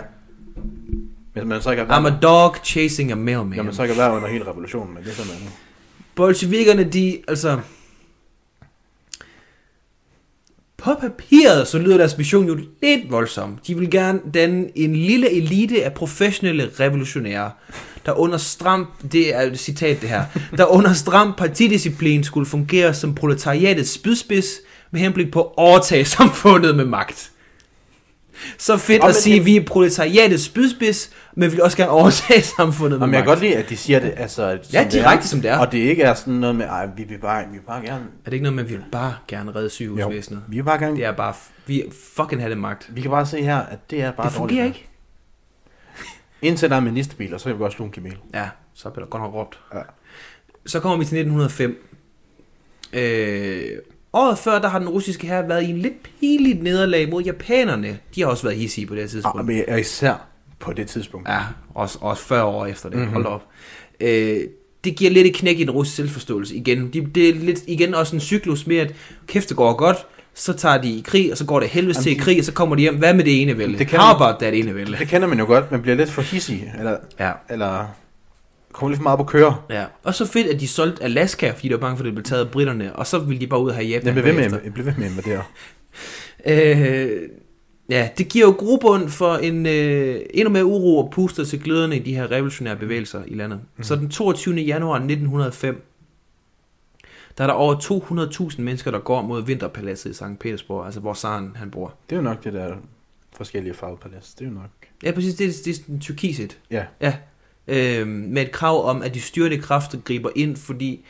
Speaker 2: Hvis man så ikke har
Speaker 1: I'm a
Speaker 2: været,
Speaker 1: dog chasing a mailman.
Speaker 2: når man så ikke har været under hele revolutionen, men det er sådan noget.
Speaker 1: Bolsjevikerne, de, altså... På papiret, så lyder deres mission jo lidt voldsom. De vil gerne danne en lille elite af professionelle revolutionære, der under stram, det er et citat det her, der under stram partidisciplin skulle fungere som proletariatets spydspids med henblik på at overtage samfundet med magt. Så fedt
Speaker 2: Nå,
Speaker 1: at
Speaker 2: men
Speaker 1: sige,
Speaker 2: det-
Speaker 1: vi er proletariatets spydspids, men vi vil også gerne overtage samfundet med
Speaker 2: Jamen, jeg
Speaker 1: magt.
Speaker 2: kan godt lide, at de siger det, altså...
Speaker 1: Ja,
Speaker 2: som det er.
Speaker 1: direkte som det er.
Speaker 2: Og det ikke er sådan noget med, ej, vi vil bare, vi vil bare gerne...
Speaker 1: Er det ikke noget med, at vi vil bare gerne redde sygehusvæsenet?
Speaker 2: vi vil bare gerne...
Speaker 1: Det er bare, vi fucking have det magt.
Speaker 2: Vi kan bare se her, at det er bare
Speaker 1: Det fungerer
Speaker 2: dårligt.
Speaker 1: ikke.
Speaker 2: Indtil der er en ministerbil, og så kan vi godt sluge en kamel.
Speaker 1: Ja, så bliver der godt nok råbt.
Speaker 2: Ja.
Speaker 1: Så kommer vi til 1905. Øh, året før, der har den russiske her været i en lidt pinligt nederlag mod japanerne. De har også været hissige på det her tidspunkt.
Speaker 2: Ja, Ah, men jeg er især på det tidspunkt.
Speaker 1: Ja, også, også 40 år efter
Speaker 2: Mhm.
Speaker 1: det. Mm-hmm. Hold da op. Øh, det giver lidt et knæk i den russiske selvforståelse igen. De, det er lidt, igen også en cyklus med, at kæft, det går godt, så tager de i krig, og så går det helvedes til i krig, og så kommer de hjem. Hvad med det ene vælde?
Speaker 2: Det
Speaker 1: Det
Speaker 2: kan
Speaker 1: kan
Speaker 2: man-
Speaker 1: How about that ene vælde?
Speaker 2: Det kender man jo godt, man bliver lidt for hissig, eller,
Speaker 1: Ja.
Speaker 2: eller kommer lidt for meget på køre.
Speaker 1: Ja. Og så fedt, at de solgte Alaska, fordi de var bange for, at det blev taget af britterne, og så ville de bare ud og have Japan.
Speaker 2: Den bliver ved med,
Speaker 1: bagefter.
Speaker 2: at- bliver ved med at invadere.
Speaker 1: Øh, ja, det giver jo grobund for en øh, endnu mere uro og puster til gløderne i de her revolutionære bevægelser i landet. Mm. Så den 22. januar 1905, der er der over 200.000 mennesker, der går mod Vinterpaladset i Sankt Petersborg, altså hvor Saren han bor.
Speaker 2: Det er jo nok det der forskellige farvepalæs. Det er jo nok...
Speaker 1: Ja, præcis, det er, det er sådan tyrkiset.
Speaker 2: Ja.
Speaker 1: Ja. Øhm, med et krav om, at de styrende kræfter griber ind, fordi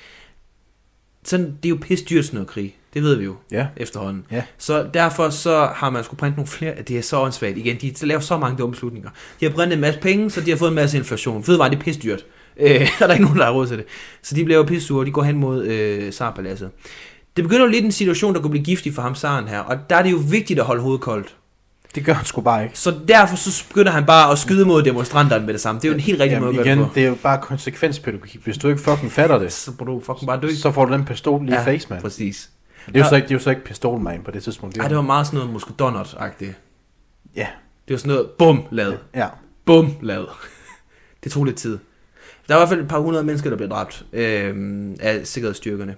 Speaker 1: sådan, det er jo pisse dyrt sådan noget krig. Det ved vi jo
Speaker 2: Ja.
Speaker 1: efterhånden.
Speaker 2: Ja.
Speaker 1: Så derfor så har man skulle printe nogle flere. Det er så åndssvagt. Igen, de laver så mange dumme beslutninger. De har printet en masse penge, så de har fået en masse inflation. Fødevare, det er pisse dyrt. Øh, og der er ikke nogen, der har råd til det. Så de bliver jo pisse sure, og de går hen mod øh, Sarpaladset. Det begynder jo lidt en situation, der kunne blive giftig for ham, Saren her. Og der er det jo vigtigt at holde hovedet koldt.
Speaker 2: Det gør han sgu bare ikke.
Speaker 1: Så derfor så begynder han bare at skyde mod demonstranterne med det samme. Det er jo en helt rigtig
Speaker 2: Jamen,
Speaker 1: måde at
Speaker 2: igen,
Speaker 1: gøre det på.
Speaker 2: det er jo bare konsekvenspædagogik. Hvis du ikke fucking fatter det,
Speaker 1: Så må du fucking bare dø.
Speaker 2: så får du den pistol lige i ja, face, mand.
Speaker 1: Præcis.
Speaker 2: Det er jo
Speaker 1: Ja.
Speaker 2: så ikke, det er jo så ikke pistol, man, på det tidspunkt.
Speaker 1: Ej, det var meget sådan noget muskedonnert-agtigt.
Speaker 2: Ja,
Speaker 1: Det var sådan noget, bum, lad.
Speaker 2: ja.
Speaker 1: Bum, lad. Det tog lidt tid. Der er i hvert fald et par hundrede mennesker, der blev dræbt øh, af sikkerhedsstyrkerne.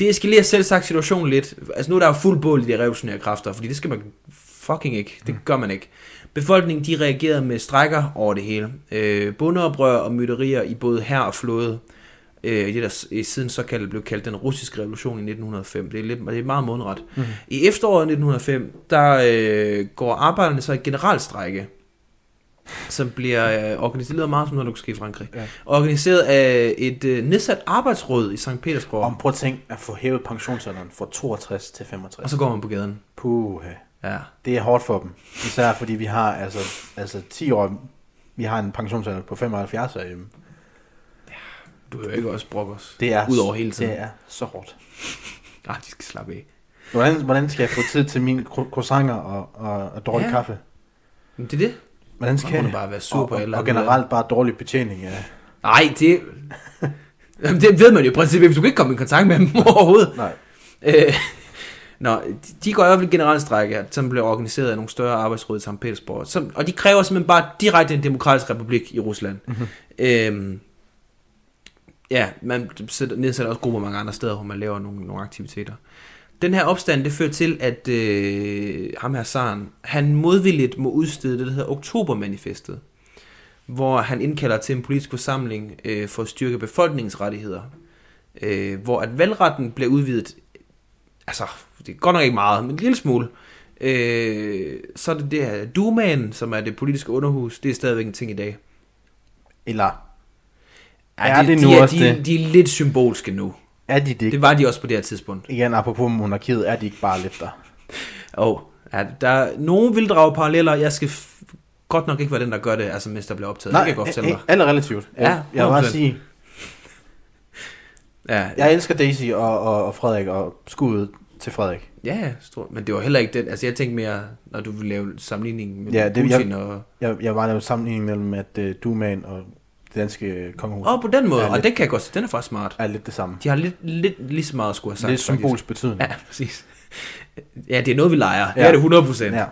Speaker 1: Det eskalerer selv sagt situationen lidt. Altså nu er der jo fuld bål i de revolutionære kræfter, fordi det skal man fucking ikke. Det gør man ikke. Befolkningen de reagerede med strækker over det hele. Øh, bundeoprør og myterier i både her og flåde. Øh, i det der i siden såkaldt blev kaldt den russiske revolution i 1905. Det er, lidt, det er meget mundret. Mm. I efteråret 1905, der øh, går arbejderne så i generalstrække som bliver øh, organiseret meget som noget, der kunne ske i Frankrig. Ja.
Speaker 2: Ja.
Speaker 1: Organiseret af et øh, nedsat arbejdsråd i St. Petersborg,
Speaker 2: Om prøv at tænke at få hævet pensionsalderen fra 62 til
Speaker 1: og
Speaker 2: 65.
Speaker 1: så går man på gaden.
Speaker 2: Puha.
Speaker 1: Ja.
Speaker 2: Det er hårdt for dem. Især fordi vi har altså, altså 10 år, vi har en pensionsalder på 75 herhjemme.
Speaker 1: Du hører ikke også brokkers.
Speaker 2: Det er,
Speaker 1: Udover hele tiden.
Speaker 2: Det er så hårdt.
Speaker 1: Ah, de skal slappe af.
Speaker 2: Hvordan, hvordan skal jeg få tid til mine cro- croissanter og, og, og dårlig
Speaker 1: Ja.
Speaker 2: ja. kaffe?
Speaker 1: Men det er det.
Speaker 2: Hvordan
Speaker 1: Man
Speaker 2: skal
Speaker 1: kunne
Speaker 2: jeg?
Speaker 1: bare være sur på
Speaker 2: og,
Speaker 1: alle
Speaker 2: og, og
Speaker 1: andre.
Speaker 2: generelt bare dårlig betjening af...
Speaker 1: Nej, det... Jamen, det ved man jo i princippet, hvis du kan ikke komme i kontakt med dem overhovedet.
Speaker 2: Nej.
Speaker 1: Øh, Nå, de- de går i hvert fald i generalstrække, her, som blev organiseret af nogle større arbejdsråd i St. Petersborg. Som, og de kræver simpelthen bare direkte en demokratisk republik i Rusland. Mm-hmm. Øhm, ja, man sætter, nedsætter også grupper mange andre steder, hvor man laver nogle, nogle aktiviteter. Den her opstand, det fører til, at øh, ham her Saren, han modvilligt må udstede det, der hedder Oktobermanifestet. Hvor han indkalder til en politisk forsamling øh, for at styrke befolkningsrettigheder. Øh, hvor at valgretten bliver udvidet altså, det er godt nok ikke meget, men en lille smule. Øh, så er det det her Dumaen, som er det politiske underhus, det er stadigvæk en ting i dag.
Speaker 2: Eller
Speaker 1: Ja,
Speaker 2: Er
Speaker 1: de,
Speaker 2: det
Speaker 1: de,
Speaker 2: nu
Speaker 1: er,
Speaker 2: også
Speaker 1: de,
Speaker 2: det?
Speaker 1: de er lidt symbolske nu.
Speaker 2: er de det?
Speaker 1: Det
Speaker 2: det...
Speaker 1: var de også på det her tidspunkt.
Speaker 2: Igen, apropos monarkiet, er de ikke bare lidt der?
Speaker 1: Og ja, der, nogen vil drage paralleller, jeg skal f- godt nok ikke være den, der gør det, altså mens der bliver optaget. Nej, det kan jeg godt fortælle dig.
Speaker 2: a- a- alle relativt.
Speaker 1: Ja,
Speaker 2: jeg vil bare
Speaker 1: 100%.
Speaker 2: sige,
Speaker 1: Ja, ja,
Speaker 2: jeg elsker Daisy og, og, og Frederik, og skuddet til Frederik.
Speaker 1: ja stor, men det var heller ikke den. Altså jeg tænkte mere, når du ville lave sammenligning med
Speaker 2: Ja,
Speaker 1: ja,
Speaker 2: det-
Speaker 1: det, Putin
Speaker 2: jeg-
Speaker 1: og...
Speaker 2: Jeg, jeg var lavet sammenligning mellem, at uh, Duman og det danske øh, kongehus
Speaker 1: Åh, oh, på den måde,
Speaker 2: Ja,
Speaker 1: og
Speaker 2: lidt.
Speaker 1: den kan jeg godt se, den er faktisk smart.
Speaker 2: er lidt det samme.
Speaker 1: De har lidt, lidt lige så meget at skulle have sagt.
Speaker 2: Lidt
Speaker 1: faktisk.
Speaker 2: symbolsk betydning.
Speaker 1: Ja, præcis. Ja, det er noget, vi leger. Ja. Det
Speaker 2: Ja.
Speaker 1: er det 100 procent. Ja.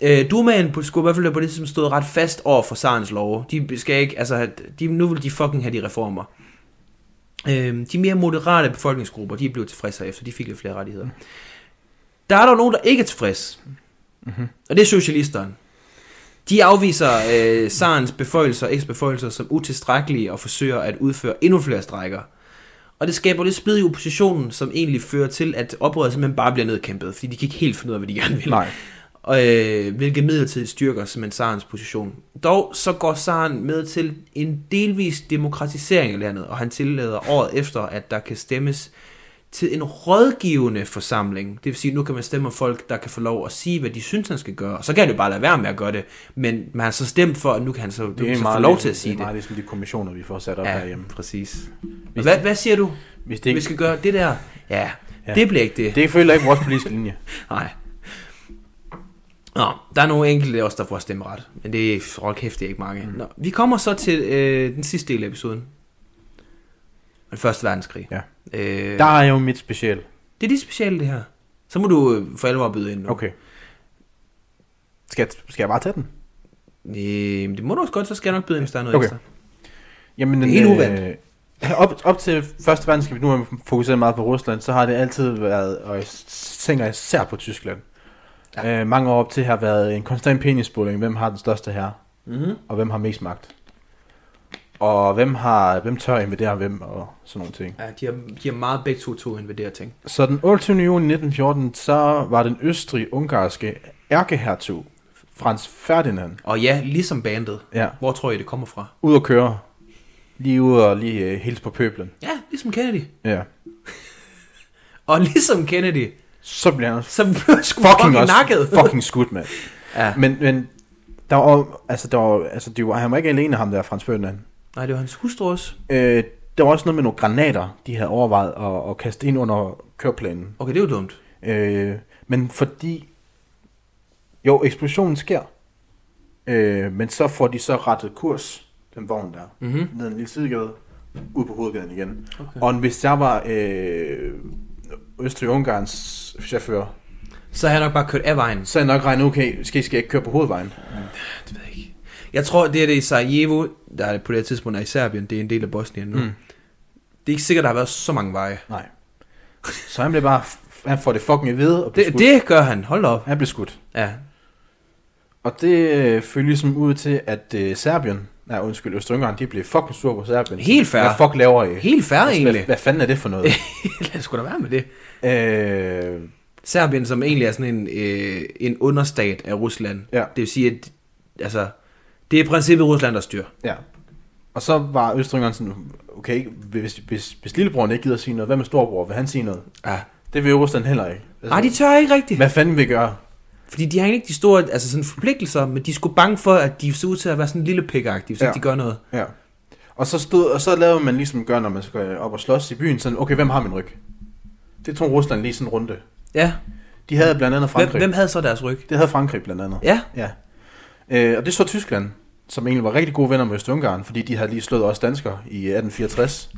Speaker 2: Ja.
Speaker 1: Øh, Dumaen på- skulle i hvert fald på det, som stod ret fast over for Sarens lov. De skal ikke, altså, have- de, nu vil de fucking have de reformer. Øh, de mere moderate befolkningsgrupper, de blev tilfredse herefter. De fik lidt flere rettigheder. Der er dog nogen, der ikke er tilfredse. Mm-hmm. Og det er socialisterne. De afviser øh, Sarens beføjelser og eksbeføjelser som utilstrækkelige og forsøger at udføre endnu flere strækker. Og det skaber lidt splid i oppositionen, som egentlig fører til, at oprøret simpelthen bare bliver nedkæmpet, fordi de kan ikke helt finde ud af, hvad de gerne vil.
Speaker 2: Nej.
Speaker 1: Og, øh, hvilket midlertidigt styrker simpelthen Sarens position. Dog så går Saren med til en delvis demokratisering af landet, og han tillader året efter, at der kan stemmes til en rådgivende forsamling. Det vil sige, at nu kan man stemme om folk, der kan få lov at sige, hvad de synes, han skal gøre. Og så kan han jo bare lade være med at gøre det, men man har så stemt for, at nu kan han så, nu kan han så få lov til at sige
Speaker 2: det. er
Speaker 1: det.
Speaker 2: meget ligesom de kommissioner, vi får sat op ja.
Speaker 1: Ja,
Speaker 2: herhjemme.
Speaker 1: præcis. Hvad, hvad siger du?
Speaker 2: Hvis det
Speaker 1: det...
Speaker 2: ikke,
Speaker 1: vi skal gøre det der. Ja, ja.
Speaker 2: Ja.
Speaker 1: det bliver ikke det. det.
Speaker 2: det føler ikke vores politiske linje.
Speaker 1: Nej. Nå, der er nogle enkelte også, der får stemmeret. Men det er, hold kæft, det er ikke mange. Mm. Nå, vi kommer så til øh, den sidste del af episoden. Den første verdenskrig.
Speaker 2: Ja.
Speaker 1: Øh,
Speaker 2: Der er jo mit special.
Speaker 1: Det er de speciale, det her. Så må du øh, for alvor byde ind nu.
Speaker 2: Okay. Skal jeg, skal jeg bare tage den?
Speaker 1: Øh, det må du også godt, så skal jeg nok byde ind, hvis der er noget
Speaker 2: Okay.
Speaker 1: ekstra.
Speaker 2: Jamen,
Speaker 1: Det er helt
Speaker 2: øh, op, op til første verdenskrig, nu har man fokuseret meget på Rusland, så har det altid været, og jeg tænker især på Tyskland, ja. øh, mange år op til har været en konstant penisbåling, hvem har den største her,
Speaker 1: Mm-hmm.
Speaker 2: og hvem har mest magt. og hvem har hvem tør invadere hvem, og sådan nogle ting.
Speaker 1: Ja, de har, de har meget begge to to invadere ting.
Speaker 2: Så den 28. juni 1914, så var den østrig-ungarske ærkehertug, Frans Ferdinand,
Speaker 1: Og ja, ligesom bandet.
Speaker 2: ja,
Speaker 1: Hvor tror I, det kommer fra?
Speaker 2: ud at køre. Lige ud og lige øh, hilse på pøblen.
Speaker 1: Ja, ligesom Kennedy.
Speaker 2: Ja.
Speaker 1: Og ligesom Kennedy,
Speaker 2: Så bliver han
Speaker 1: så blev sgu
Speaker 2: fucking,
Speaker 1: fucking
Speaker 2: også
Speaker 1: nakket.
Speaker 2: fucking skudt, mand.
Speaker 1: Ja.
Speaker 2: Men, men der var, altså, der var, altså, det var, han var ikke alene ham der, Frans Ferdinand.
Speaker 1: Nej, det var hans hustru også.
Speaker 2: Øh, der var også noget med nogle granater, de havde overvejet at, at kaste ind under køreplanen.
Speaker 1: Okay, det er jo dumt.
Speaker 2: Øh, men fordi... Jo, eksplosionen sker. Øh, men så får de så rettet kurs, den vogn der,
Speaker 1: Mhm.
Speaker 2: ned ad en lille sidegade, ud på hovedgaden igen.
Speaker 1: Okay.
Speaker 2: Og hvis der var øh, Østrig-Ungarns chauffør,
Speaker 1: Så har jeg nok bare kørt af vejen.
Speaker 2: så er jeg nok regnet, okay, skal, skal jeg ikke køre på hovedvejen?
Speaker 1: Det ved jeg ikke. Jeg tror, det er det i Sarajevo, der er på det her tidspunkt er i Serbien. Det er en del af Bosnien nu. Mm.
Speaker 2: Mm.
Speaker 1: Det er ikke sikkert, der har været så mange veje.
Speaker 2: Nej. Så han blev bare, han får det fucking at vide, og bliver
Speaker 1: Det,
Speaker 2: skudt.
Speaker 1: det gør han. Hold da op.
Speaker 2: Han blev skudt.
Speaker 1: Ja.
Speaker 2: Og det øh, følte ligesom ud til, at øh, Serbien, nej undskyld, Østrig-Ungarn, de blev fucking sur på Serbien.
Speaker 1: Helt fair.
Speaker 2: Hvad fuck laver I?
Speaker 1: Helt færre
Speaker 2: Altså,
Speaker 1: egentlig.
Speaker 2: Hvad, hvad fanden er det for noget?
Speaker 1: Lad os sgu da være med det.
Speaker 2: øh,
Speaker 1: Serbien, som egentlig er sådan en, øh, en understat af Rusland.
Speaker 2: Ja.
Speaker 1: Det vil sige, at altså, det er i princippet Rusland, der styrer.
Speaker 2: ja. Og så var Østrig-Ungarn sådan, okay, hvis, hvis, hvis lillebroren ikke gider sige noget, hvad med storbror? Vil han sige noget?
Speaker 1: Ja.
Speaker 2: Det vil Rusland heller ikke.
Speaker 1: Nej, Ah, de tør ikke rigtigt.
Speaker 2: Hvad fanden vil I gøre?
Speaker 1: Fordi de har egentlig ikke de store altså sådan forpligtelser, men de er sgu bange for, at de ser ud til at være sådan en lille pikagtige, hvis ja.
Speaker 2: Ja.
Speaker 1: de gør noget.
Speaker 2: Ja. Og så, stod, og så lavede man ligesom gør, når man skal op og slås i byen, sådan, okay, hvem har min ryg? Det tog Rusland lige sådan en runde.
Speaker 1: Ja,
Speaker 2: De havde blandt andet
Speaker 1: hvem,
Speaker 2: Frankrig.
Speaker 1: hvem havde så deres ryg?
Speaker 2: Det havde Frankrig blandt andet.
Speaker 1: Ja,
Speaker 2: Ja. Øh, og det så Tyskland, som egentlig var rigtig gode venner med Øst-Ungarn, fordi de havde lige slået også danskere i 1864.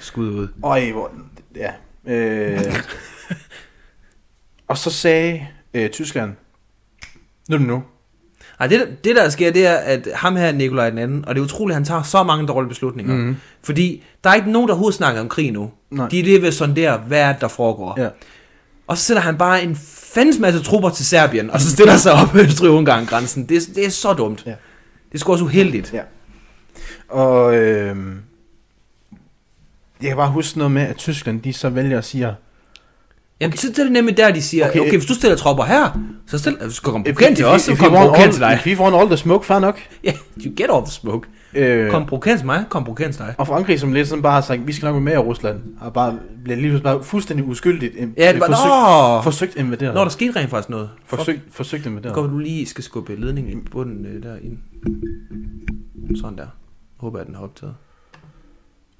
Speaker 1: skud ud.
Speaker 2: Øj, hvor... Ja. Øh, og så sagde øh, Tyskland, nu er det nu.
Speaker 1: Ej, det, der- det der sker, det er, at ham her er Nikolaj den anden, og det er utroligt, at han tager så mange dårlige beslutninger. Mm. Fordi der er ikke nogen, der overhovedet snakker om krig nu.
Speaker 2: Mhm. Nej.
Speaker 1: De er lige ved at sondere, hvad er det, der foregår.
Speaker 2: Ja.
Speaker 1: Og så sætter han bare en fandens masse trupper til Serbien, og så stiller sig op ved Østrig-Ungarn-grænsen. Det, er- det er så dumt.
Speaker 2: Ja.
Speaker 1: Det er sgu også uheldigt.
Speaker 2: Ja. Og øh, jeg kan bare huske noget med, at Tyskland, de så vælger at sige,
Speaker 1: Jamen, så det er det nemlig der, de siger, okay,
Speaker 2: Okay,
Speaker 1: okay
Speaker 2: øh,
Speaker 1: hvis du stiller tropper her, så stil, skal du komme på kendt til os, så kommer du på kendt til dig.
Speaker 2: If you want all the smoke, fair nok.
Speaker 1: Ja, you get off the smoke.
Speaker 2: Øh,
Speaker 1: Kom på kendt til mig, kom på kendt til dig.
Speaker 2: Og Frankrig, som lidt sådan bare har sagt, vi skal nok være med i Rusland, og bare bliver lige pludselig bare fuldstændig uskyldigt im-
Speaker 1: Ja, det var,
Speaker 2: forsøgt,
Speaker 1: nå,
Speaker 2: forsøgt invaderet.
Speaker 1: Nå, der skete rent faktisk noget.
Speaker 2: forsøgt, forsøgt
Speaker 1: Det
Speaker 2: invaderet.
Speaker 1: går, du lige skal skubbe ledningen i bunden øh, derinde. Sådan der. Jeg håber, at den har optaget.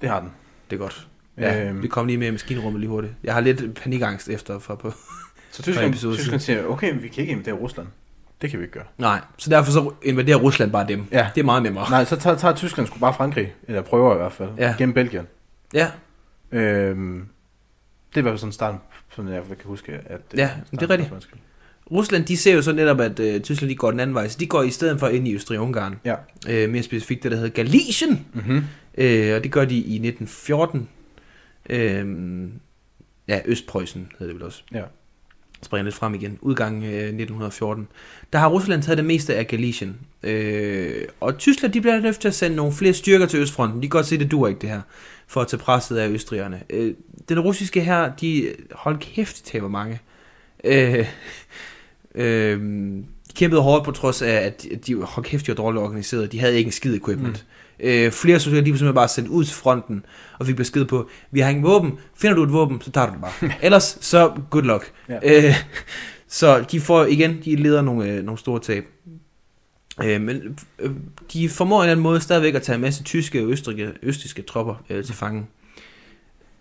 Speaker 2: Det har den.
Speaker 1: Det er godt. Ja,
Speaker 2: Øhm.
Speaker 1: vi kom lige med i maskinrummet lige hurtigt. Jeg har lidt panikangst efter for på...
Speaker 2: Så
Speaker 1: Fra
Speaker 2: Tyskland,
Speaker 1: episode
Speaker 2: Tyskland siger, okay, men vi kan ikke invadere Rusland. Det kan vi ikke gøre.
Speaker 1: Nej, så derfor så invaderer Rusland bare dem.
Speaker 2: Ja.
Speaker 1: Det er meget nemmere.
Speaker 2: Nej, så tager, tager Tyskland sgu bare Frankrig, eller prøver i hvert fald,
Speaker 1: Ja.
Speaker 2: gennem Belgien.
Speaker 1: Ja,
Speaker 2: Øhm, det var sådan starten, som jeg kan huske, at... øh,
Speaker 1: Ja, det er
Speaker 2: starten
Speaker 1: rigtigt.
Speaker 2: var vanskelig.
Speaker 1: Rusland, de ser jo så netop, at øh, Tyskland de går den anden vej, så de går i stedet for ind i Østrig-Ungarn.
Speaker 2: Ja.
Speaker 1: Øh, mere specifikt det, der hedder Galicien,
Speaker 2: Mm-hmm.
Speaker 1: øh, og det gør de i 1914. Øh, ja, Østpreussen hedder det vel også.
Speaker 2: Ja.
Speaker 1: Springer lidt frem igen. Udgangen øh, 1914. Der har Rusland taget det meste af Galicien. Øh, og Tyskland, de bliver nødt til at sende nogle flere styrker til Østfronten. De kan godt se, det dur ikke det her, for at tage presset af østrigerne. Øh, den russiske her, de, hold kæft, de taber mange. Øh, øh, de kæmpede hårdt på trods af, at de, hold kæft, de var dårligt organiseret. De havde ikke en skid equipment. Mm. Øh, flere soldater, de blev simpelthen bare sendt ud til fronten, og fik besked på, vi har ingen våben, finder du et våben, så tager du det bare. Ellers, så good luck.
Speaker 2: Ja.
Speaker 1: Øh, så de får igen, de leder nogle, øh, nogle store tab. Øh, men øh, de formår på en eller anden måde stadigvæk at tage en masse tyske og østrige, østriske tropper øh, til fange.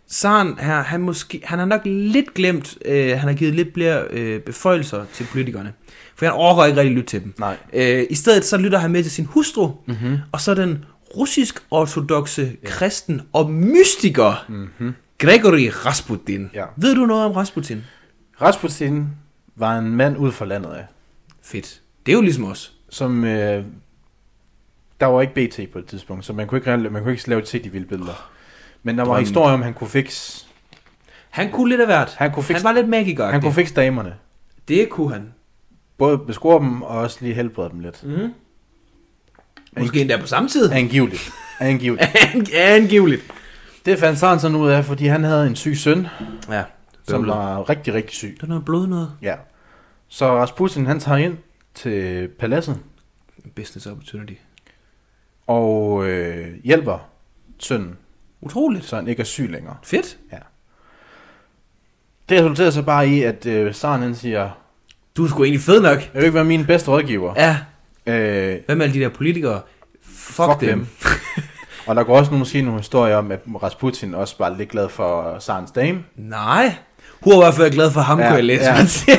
Speaker 1: Saren her, han, måske, han har nok lidt glemt, øh, han har givet lidt flere øh, beføjelser til politikerne. For han overgår ikke rigtig at lytte til dem.
Speaker 2: Nej.
Speaker 1: Øh, I stedet så lytter han med til sin hustru,
Speaker 2: Mm-hmm.
Speaker 1: og så den russisk-ortodoxe kristen og mystiker,
Speaker 2: Mm-hmm.
Speaker 1: Gregory Rasputin.
Speaker 2: Ja.
Speaker 1: Ved du noget om Rasputin?
Speaker 2: Rasputin var en mand ud fra landet af,
Speaker 1: Fedt. Det er jo ligesom os.
Speaker 2: som... Øh, der var ikke BT på et tidspunkt, så man kunne ikke, man kunne ikke lave et set i vilde billeder. Men der var
Speaker 1: Drømmen.
Speaker 2: historier om, at han kunne fikse,
Speaker 1: Han kunne lidt af hvert.
Speaker 2: han kunne
Speaker 1: Han
Speaker 2: fikse,
Speaker 1: var lidt magiker.
Speaker 2: han kunne fikse damerne.
Speaker 1: Det kunne han.
Speaker 2: Både
Speaker 1: Mhm.
Speaker 2: beskore dem, og også lige helbrede dem lidt.
Speaker 1: Mm. Måske endda på samme tid.
Speaker 2: Angiveligt. angiveligt.
Speaker 1: Angiveligt.
Speaker 2: Det fandt Sørensen ud af, fordi han havde en syg søn,
Speaker 1: Ja.
Speaker 2: som var rigtig, rigtig syg.
Speaker 1: Det var noget blod noget.
Speaker 2: Ja. Så Rasputin, han tager ind til paladset
Speaker 1: Business opportunity.
Speaker 2: og øh, hjælper sønnen,
Speaker 1: Utroligt.
Speaker 2: så han ikke er syg længere.
Speaker 1: Fedt.
Speaker 2: Det resulterer så bare i, at øh, Saren han siger,
Speaker 1: Du er sgu egentlig fed nok.
Speaker 2: jeg vil ikke være min bedste rådgiver.
Speaker 1: Ja.
Speaker 2: Øh,
Speaker 1: Hvad med alle de der politikere? Fuck,
Speaker 2: Fuck
Speaker 1: dem.
Speaker 2: dem. og der går også nogle, måske nogle historier om, at Rasputin også var lidt glad for Sarens dame.
Speaker 1: Nej. Hun er i hvert fald glad for ham, ja,
Speaker 2: Ja,
Speaker 1: kunne jeg læse.
Speaker 2: ja.
Speaker 1: Ja.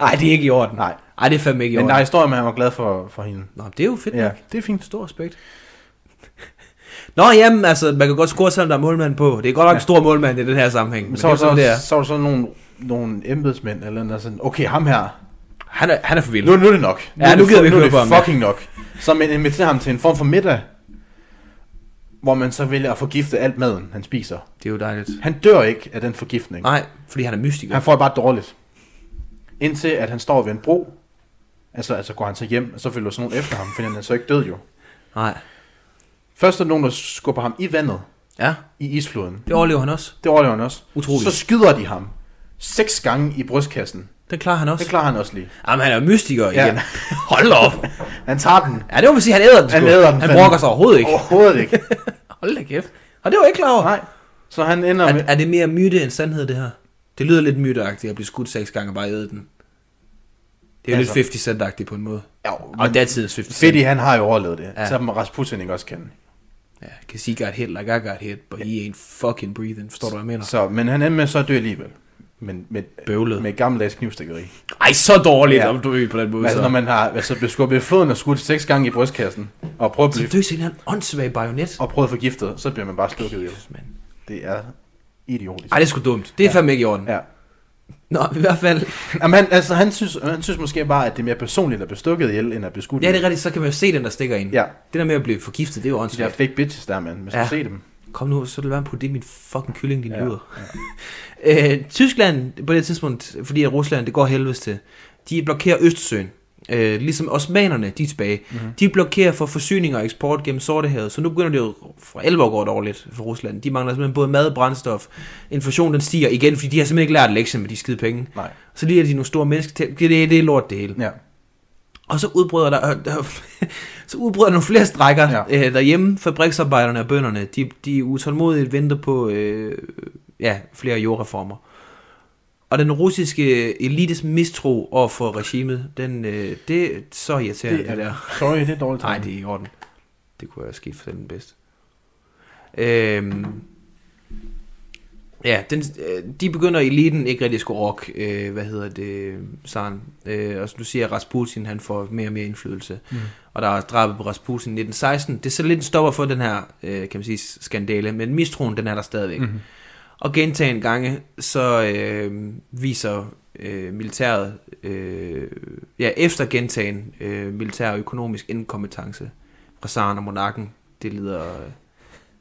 Speaker 1: Ej, det er ikke i orden.
Speaker 2: Nej,
Speaker 1: Ej, det er fandme ikke i
Speaker 2: men
Speaker 1: orden.
Speaker 2: der er historier om, at han var glad for, for hende.
Speaker 1: Nå, det er jo fedt. Ja.
Speaker 2: Ja, det er fint.
Speaker 1: Stor respekt. Nå, jamen, altså, man kan godt score, selvom der er målmand på. Det er godt nok en stor målmand i den her sammenhæng.
Speaker 2: Men
Speaker 1: Men
Speaker 2: så
Speaker 1: det
Speaker 2: var
Speaker 1: er
Speaker 2: der
Speaker 1: sådan, det er.
Speaker 2: så, så, var der så nogle, nogle embedsmænd, eller noget sådan, okay, ham her,
Speaker 1: Han er, han er for vild.
Speaker 2: nu, nu er det nok.
Speaker 1: Ja,
Speaker 2: er det
Speaker 1: nu gider
Speaker 2: fu-
Speaker 1: vi ikke
Speaker 2: nu
Speaker 1: høre
Speaker 2: er
Speaker 1: på ham
Speaker 2: det
Speaker 1: mere.
Speaker 2: fucking nok. Så man inviterer ham til en form for middag, hvor man så vælger at forgifte alt maden, han spiser.
Speaker 1: Det er jo dejligt.
Speaker 2: Han dør ikke af den forgiftning.
Speaker 1: Nej, fordi han er mystiker.
Speaker 2: Han får det bare dårligt. Indtil at han står ved en bro, altså, altså går han så hjem, og så følger sådan nogen efter ham, for han er så ikke død jo.
Speaker 1: Nej.
Speaker 2: Først er der nogen, der skubber ham i vandet,
Speaker 1: Ja,
Speaker 2: i isfloden.
Speaker 1: det overlever han også.
Speaker 2: Det overlever han også.
Speaker 1: Utroligt.
Speaker 2: Så skyder de ham seks gange i brystkassen.
Speaker 1: Den klarer han også.
Speaker 2: Det klarer han også lige.
Speaker 1: Jamen, han er jo mystiker
Speaker 2: Ja.
Speaker 1: igen. Hold da op.
Speaker 2: Han tager den
Speaker 1: Ja, det må man sige, han æder den
Speaker 2: Han
Speaker 1: sgu.
Speaker 2: æder
Speaker 1: han
Speaker 2: den fandme.
Speaker 1: brokker sig overhovedet ikke.
Speaker 2: overhovedet ikke.
Speaker 1: Hold da kæft. Og det var jeg ikke klar over.
Speaker 2: Nej. Så han ender med...
Speaker 1: Er, er det mere myte end sandhed, det her? Det lyder lidt myteagtigt at blive skudt seks gange og bare æde den. Det er jo
Speaker 2: Altså.
Speaker 1: lidt 50 cent på en måde.
Speaker 2: Ja,
Speaker 1: Og datidens 50 cent.
Speaker 2: Fedti, han har jo overlevet det.
Speaker 1: Ja.
Speaker 2: Ja. Så må Rasputin ikke også kende.
Speaker 1: Ja, kan sige got hit, like I got hit, but he ain't fucking breathing. Forstår du, hvad jeg mener?
Speaker 2: Så, men han ender med så at dø alligevel. Men med,
Speaker 1: Bøvlet.
Speaker 2: med gammeldags knivstikkeri.
Speaker 1: Ej, så dårligt,
Speaker 2: Ja.
Speaker 1: om du ikke på den måde.
Speaker 2: Altså, når
Speaker 1: så.
Speaker 2: man har altså, blevet skubbet i floden og skudt seks gange i brystkassen, og prøvet at,
Speaker 1: Så
Speaker 2: blive,
Speaker 1: døs en eller anden åndssvag bajonet.
Speaker 2: og prøvet at forgiftet, så bliver man bare slukket ihjel.
Speaker 1: Jesus, mand.
Speaker 2: Det er idiotisk.
Speaker 1: Ej, det er sgu dumt. Det er fandme ikke i orden.
Speaker 2: Ja.
Speaker 1: Nå, i hvert fald.
Speaker 2: Jamen, han, altså, han, synes, han synes måske bare, at det er mere personligt at blive stukket ihjel, end at blive skudt
Speaker 1: Ja, det
Speaker 2: ihjel.
Speaker 1: er rigtigt. Så kan man jo se den, der stikker en.
Speaker 2: Ja.
Speaker 1: Det der med at blive forgiftet, det er jo
Speaker 2: De der
Speaker 1: åndssvagt.
Speaker 2: fake bitches der, mand. Man skal
Speaker 1: Ja.
Speaker 2: ja. se dem.
Speaker 1: Kom nu, så lad være med at putte det i min fucking kylling, din
Speaker 2: Ja,
Speaker 1: lyder. Ja. øh, Tyskland, på det tidspunkt, fordi at Rusland, det går helvedes til, de blokerer Østersøen. Øh, ligesom osmanerne, de er tilbage. Mm-hmm. De blokerer for forsyninger og eksport gennem Sortehavet, så nu begynder det jo for alvor går det dårligt for Rusland. De mangler simpelthen både mad og brændstof. Inflationen den stiger igen, fordi de har simpelthen ikke lært lektien med de skide penge.
Speaker 2: Nej.
Speaker 1: Så lige er de nogle store mennesker til, det, det, det er lort det hele.
Speaker 2: Ja.
Speaker 1: Og så udbryder der, øh, der så udbryder nogle flere strækker ja.
Speaker 2: Ja.
Speaker 1: øh, derhjemme. Fabriksarbejderne og bønderne, de, de utålmodigt venter på øh, ja, flere jordreformer. Og den russiske elites mistro over for regimet, den, øh, det er så irriterende det,
Speaker 2: Det er-
Speaker 1: det der.
Speaker 2: Sorry, det er dårligt.
Speaker 1: Nej, det er i orden. Det kunne jeg ske for den bedste. Øhm, ja, den, øh, de begynder eliten ikke rigtig at skulle rock, øh, hvad hedder det, Saren. Øh, og som du siger, Rasputin, han får mere og mere indflydelse. Mm. Og der er drabet på Rasputin i 1916. Det er så lidt en stopper for den her, øh, kan man sige, skandale. Men mistroen, den er der stadigvæk.
Speaker 2: Mm-hmm.
Speaker 1: Mm. Og gentagende gange, så øh, viser øh, militæret, øh, ja, efter gentagen øh, militær og økonomisk inkompetence fra Saren og Monarken, det leder... Øh,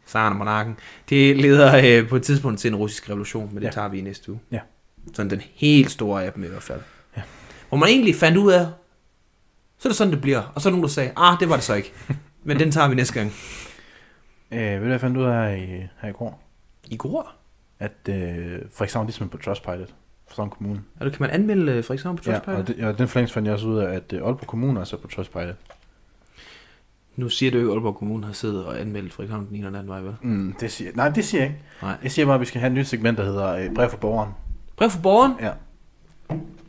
Speaker 1: Saren og Monarken, det leder øh, på et tidspunkt til en russisk revolution, men det ja.
Speaker 2: Ja.
Speaker 1: tager vi i næste uge.
Speaker 2: Ja.
Speaker 1: Sådan den helt store af dem i hvert fald.
Speaker 2: Ja.
Speaker 1: Hvor man egentlig fandt ud af, så er det sådan, det bliver. Og så er der nogen, der sagde, ah, det var det så ikke. Men den tager vi næste gang.
Speaker 2: Øh, ved du, hvad jeg fandt ud af her i, her i går?
Speaker 1: I går?
Speaker 2: At øh, for eksempel ligesom på Trustpilot, for sådan en kommune.
Speaker 1: Eller kan man anmelde øh, for eksempel på Trustpilot?
Speaker 2: Ja, og, det, og den flængst fandt jeg også ud af, at øh, Aalborg Kommune er så på Trustpilot.
Speaker 1: Nu siger du jo, at Aalborg Kommune har siddet og anmeldt for eksempel den ene eller anden vej, vel?
Speaker 2: Mm, det siger, nej, det siger jeg ikke.
Speaker 1: Nej.
Speaker 2: Jeg siger bare, at vi skal have et nyt segment, der hedder øh, Brev fra borgeren.
Speaker 1: Brev for borgeren?
Speaker 2: Ja,
Speaker 1: Ja,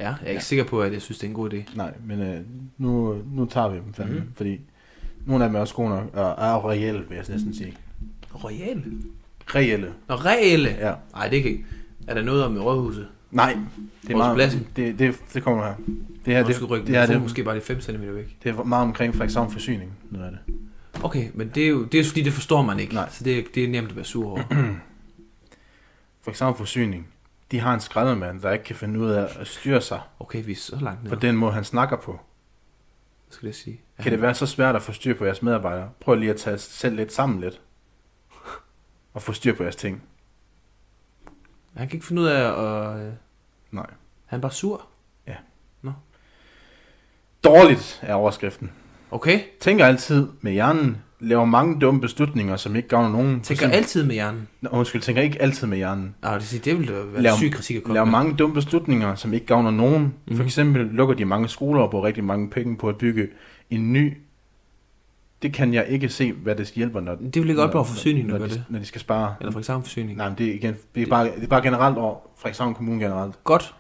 Speaker 1: jeg er ikke ja. sikker på, at jeg synes, det er en god idé.
Speaker 2: nej, men øh, nu, nu tager vi dem fandme, mm. fordi nogle af dem er også gode nok, og er reelle, vil jeg næsten sige.
Speaker 1: Royale?
Speaker 2: Reelle.
Speaker 1: Nå, reelle?
Speaker 2: Ja.
Speaker 1: Nej, det kan ikke. Er der noget om i Rådhuset?
Speaker 2: Nej, det er meget,
Speaker 1: Rådhuspladsen?
Speaker 2: det, det, det kommer her. Det her,
Speaker 1: Nå, skal
Speaker 2: det,
Speaker 1: rykke
Speaker 2: det, her,
Speaker 1: det,
Speaker 2: det,
Speaker 1: måske bare lige 5 cm væk.
Speaker 2: det er meget omkring for eksempel forsyning, noget af det.
Speaker 1: Okay, men det er jo det er, jo fordi, det forstår man ikke.
Speaker 2: Nej.
Speaker 1: Så det, er- det er nemt at være sur over.
Speaker 2: For eksempel forsyning. De har en skraldemand, der ikke kan finde ud af at styre sig
Speaker 1: Okay, vi er så langt ned.
Speaker 2: på den måde, han snakker på.
Speaker 1: Hvad skal det sige? Ja.
Speaker 2: Kan det være så svært at få styr på jeres medarbejdere? Prøv lige at tage selv lidt sammen lidt. Og få styr på jeres ting.
Speaker 1: Han kan ikke finde ud af at... Øh,
Speaker 2: Nej.
Speaker 1: han er bare sur.
Speaker 2: Dårligt er overskriften.
Speaker 1: Okay.
Speaker 2: Tænker altid med hjernen, laver mange dumme beslutninger, som ikke gavner nogen.
Speaker 1: Tænker altid med hjernen.
Speaker 2: Nå, undskyld, tænker ikke altid med hjernen.
Speaker 1: Ah, det, vil sige, det ville da være
Speaker 2: Lav-
Speaker 1: syg kritik at komme
Speaker 2: Laver
Speaker 1: med.
Speaker 2: mange dumme beslutninger, som ikke gavner nogen.
Speaker 1: Mhm.
Speaker 2: Mm-hmm. For eksempel lukker de mange skoler og bruger rigtig mange penge på at bygge en ny. Det kan jeg ikke se, hvad det hjælper, når,
Speaker 1: Det vil ligge op over forsyningen,
Speaker 2: når,
Speaker 1: der
Speaker 2: når,
Speaker 1: gør
Speaker 2: de,
Speaker 1: det.
Speaker 2: når de skal spare.
Speaker 1: Eller for eksempel forsyning.
Speaker 2: Nej, men det er, igen, det er, bare, det er bare generelt over Frederikshavn Kommune generelt.
Speaker 1: Godt.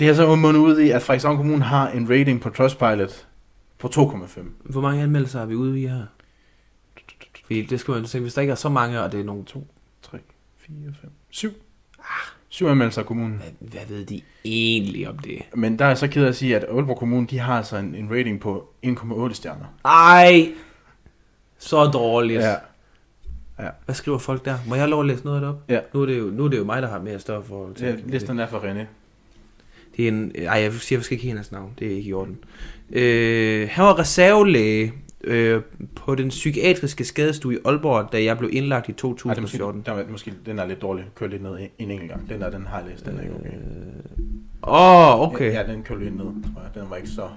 Speaker 2: Det har så mundet ud i, at Frederikshavn Kommune har en rating på Trustpilot på 2,5.
Speaker 1: Hvor mange anmeldelser er vi ude i her? Fordi det skal man tænke, hvis der ikke er så mange, og det er nogle...
Speaker 2: 3, 4, 5, 7. Ah, Syv anmeldelser af kommunen.
Speaker 1: Hvad, hvad ved de egentlig om det?
Speaker 2: Men der er jeg så ked af at sige, at Aalborg Kommune, de har altså en, en rating på 1,8 stjerner.
Speaker 1: Ej! Så dårligt.
Speaker 2: Ja.
Speaker 1: Hvad skriver folk der? Må jeg have lov at læse noget af det op?
Speaker 2: Ja.
Speaker 1: Nu er det jo, nu er det jo mig, der har mere større forhold til.
Speaker 2: ja listen er for René.
Speaker 1: Det er en... Ej, jeg siger faktisk ikke hendes navn. Det er ikke i orden. Øh, han var reservelæge øh, på den psykiatriske skadestue i Aalborg, da jeg blev indlagt i
Speaker 2: Ej, det er måske,
Speaker 1: 2014.
Speaker 2: der, er måske, den er lidt dårlig. Kør lidt ned en, en enkelt gang. Den der, den har jeg læst. Den er ikke okay.
Speaker 1: Åh, oh, okay.
Speaker 2: Ja, den kører lidt ned, tror jeg. Den var ikke så...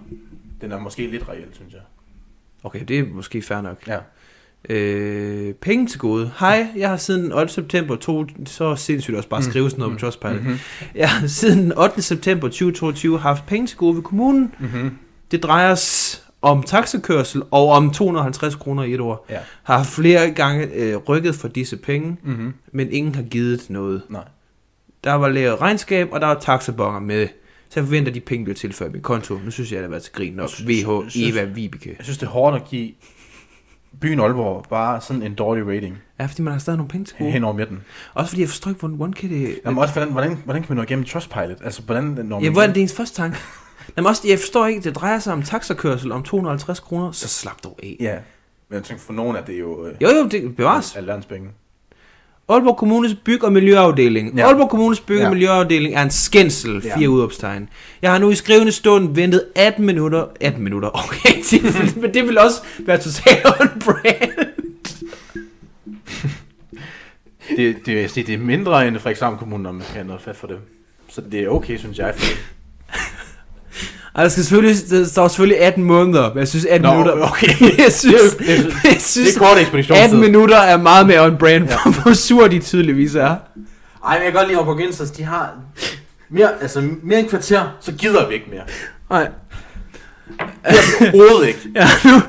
Speaker 2: Den er måske lidt reelt, synes jeg.
Speaker 1: Okay, det er måske fair nok.
Speaker 2: Ja.
Speaker 1: Øh, penge til gode. Hej, jeg har siden den 8. september 2, så sindssygt også bare
Speaker 2: Mm.
Speaker 1: skrive sådan noget på Trustpilot.
Speaker 2: Mhm.
Speaker 1: Jeg har siden den 8. september 2022 haft penge til gode ved kommunen.
Speaker 2: Mhm.
Speaker 1: Det drejer sig om taxakørsel og om 250 kroner i et år.
Speaker 2: Ja.
Speaker 1: Har flere gange øh, rykket for disse penge,
Speaker 2: Mhm.
Speaker 1: men ingen har givet noget.
Speaker 2: Nej.
Speaker 1: Der var lavet regnskab, og der var taxabonger med. Så jeg forventer, at de penge bliver tilført min konto. Nu synes jeg, at det har været til grin nok.
Speaker 2: Jeg
Speaker 1: VH,
Speaker 2: synes- synes-
Speaker 1: Eva, Vibeke.
Speaker 2: Jeg synes, det er hårdt at give byen Aalborg bare sådan en dårlig rating
Speaker 1: Ja, fordi man har stadig nogle penge til
Speaker 2: hen,
Speaker 1: gode.
Speaker 2: hen over midten.
Speaker 1: Også fordi jeg forstår ikke, hvordan one kan det...
Speaker 2: Jamen også, hvordan, hvordan, hvordan kan man nå igennem Trustpilot? Altså, hvordan når man...
Speaker 1: Ja, hvor er det ens første tanke? Jamen også, jeg forstår ikke, det drejer sig om taxakørsel om 250 kroner, så slap dog af.
Speaker 2: Ja. Men jeg tænker, for nogen er det jo... Øh,
Speaker 1: Jo, jo, det bevares.
Speaker 2: Alverdens penge.
Speaker 1: Aalborg Kommunes byg- og miljøafdeling. Ja.
Speaker 2: Ja.
Speaker 1: Aalborg Kommunes byg- og ja.
Speaker 2: Ja.
Speaker 1: miljøafdeling er en skændsel, fire ja.
Speaker 2: Ja.
Speaker 1: udopstegn. Jeg har nu i skrivende stund ventet 18 minutter. 18 minutter, okay. det vil- Men det vil også være totalt on brand.
Speaker 2: Det, det, jeg siger, det er mindre end Frederikshavn Kommune, når man skal have noget fat for det. Så det er okay, synes jeg.
Speaker 1: Ej, der, skal selvfølgelig, der står selvfølgelig 18 måneder, men jeg synes 18
Speaker 2: Nå,
Speaker 1: minutter...
Speaker 2: okay.
Speaker 1: Jeg synes,
Speaker 2: Det er- det
Speaker 1: jeg
Speaker 2: Det
Speaker 1: synes
Speaker 2: er kort
Speaker 1: 18
Speaker 2: ekspeditionstid.
Speaker 1: minutter er meget mere on brand,
Speaker 2: Ja.
Speaker 1: ja. hvor sur de tydeligvis er.
Speaker 2: Ej, men jeg kan godt lide Aalborg Gensers. De har mere, altså, mere end kvarter, så gider vi ikke mere.
Speaker 1: Nej,
Speaker 2: Overhovedet ikke.
Speaker 1: Jeg har nu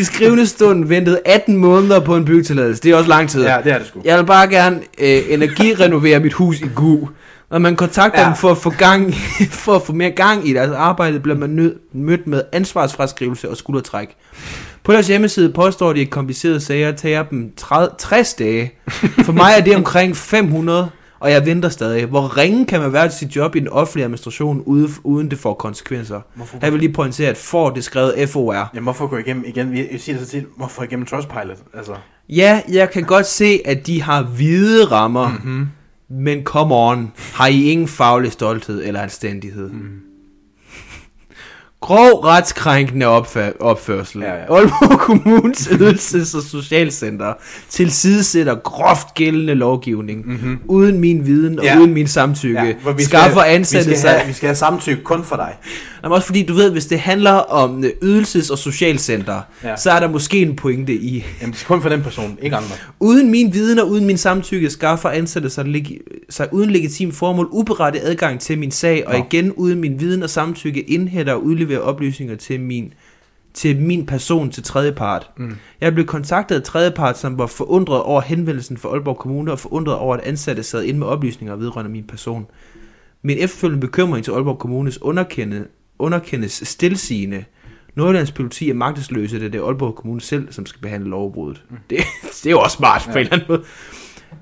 Speaker 1: i skrivende stund ventet 18 måneder på en byggetilladelse. Det er også lang tid.
Speaker 2: Ja, det er det sgu.
Speaker 1: Jeg vil bare gerne øh, energirenovere mit hus i Gu. Når man kontakter ja.
Speaker 2: Ja.
Speaker 1: dem for at, få gang, for at få mere gang i deres arbejde, bliver man nød, mødt med ansvarsfraskrivelse og skuldertræk. På deres hjemmeside påstår de, at komplicerede sager tager dem 30, 60 dage. For mig er det omkring 500, og jeg venter stadig. Hvor ringe kan man være til sit job i den offentlige administration, ude- uden det får konsekvenser?
Speaker 2: Hvorfor?
Speaker 1: Jeg vil lige pointere, at for det er skrevet FOR.
Speaker 2: Jamen, hvorfor gå igennem igen? Jeg siger det så til, hvorfor igennem Trustpilot? Altså,
Speaker 1: Ja, jeg kan godt se, at de har hvide rammer,
Speaker 2: Mhm.
Speaker 1: mm-hmm. men come on, har I ingen faglig stolthed eller anstændighed?
Speaker 2: Mhm.
Speaker 1: Mm. Grov retskrænkende opfa- opførsel.
Speaker 2: Ja, ja.
Speaker 1: Aalborg Kommunes ydelses- og socialcenter tilsidesætter groft gældende lovgivning, mm-hmm. uden min viden og
Speaker 2: Mhm. Ja.
Speaker 1: uden min samtykke,
Speaker 2: hvor
Speaker 1: ja, skaffer ansatte
Speaker 2: vi skal,
Speaker 1: sig
Speaker 2: have, vi skal have samtykke kun for dig.
Speaker 1: Jamen også fordi, du ved, hvis det handler om øh, ydelses- og socialcenter, ja.
Speaker 2: Ja.
Speaker 1: så er der måske en pointe i.
Speaker 2: Jamen, det er kun for den person, ikke andre.
Speaker 1: Uden min viden og uden min samtykke skaffer ansatte sig, leg- sig uden legitim formål uberettiget adgang til min sag, og
Speaker 2: Nå.
Speaker 1: igen uden min viden og samtykke indhætter og udleverer oplysninger til min til min person til tredjepart. Mm. Jeg blev kontaktet af tredjepart, som var forundret over henvendelsen fra Aalborg Kommune og forundret over, at ansatte sad inde med oplysninger vedrørende min person. Min efterfølgende bekymring til Aalborg Kommunes underkende, underkendes stilsigende. Nordjyllands politi er magtesløse, da det er Aalborg Kommune selv, som skal behandle lovbruddet. Det, det er jo også smart Mm. ja. på en eller anden måde.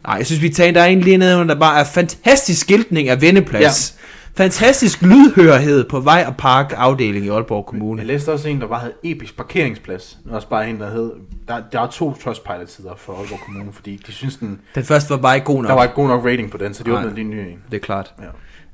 Speaker 1: Nej, jeg synes, vi tager en, der er en lige nede, under, der bare er fantastisk skiltning af vendeplads. Ja. Fantastisk lydhørhed på vej- og parkafdeling i Aalborg Kommune.
Speaker 2: Jeg læste også en, der bare hed episk parkeringsplads. Der var også bare en, der hed... Der, der er to Trustpilot-sider for Aalborg Kommune, fordi de synes, den,
Speaker 1: Den første var bare ikke god nok.
Speaker 2: der var ikke god nok rating på den, så de
Speaker 1: Nej.
Speaker 2: åbnede lige en ny en.
Speaker 1: Det er klart.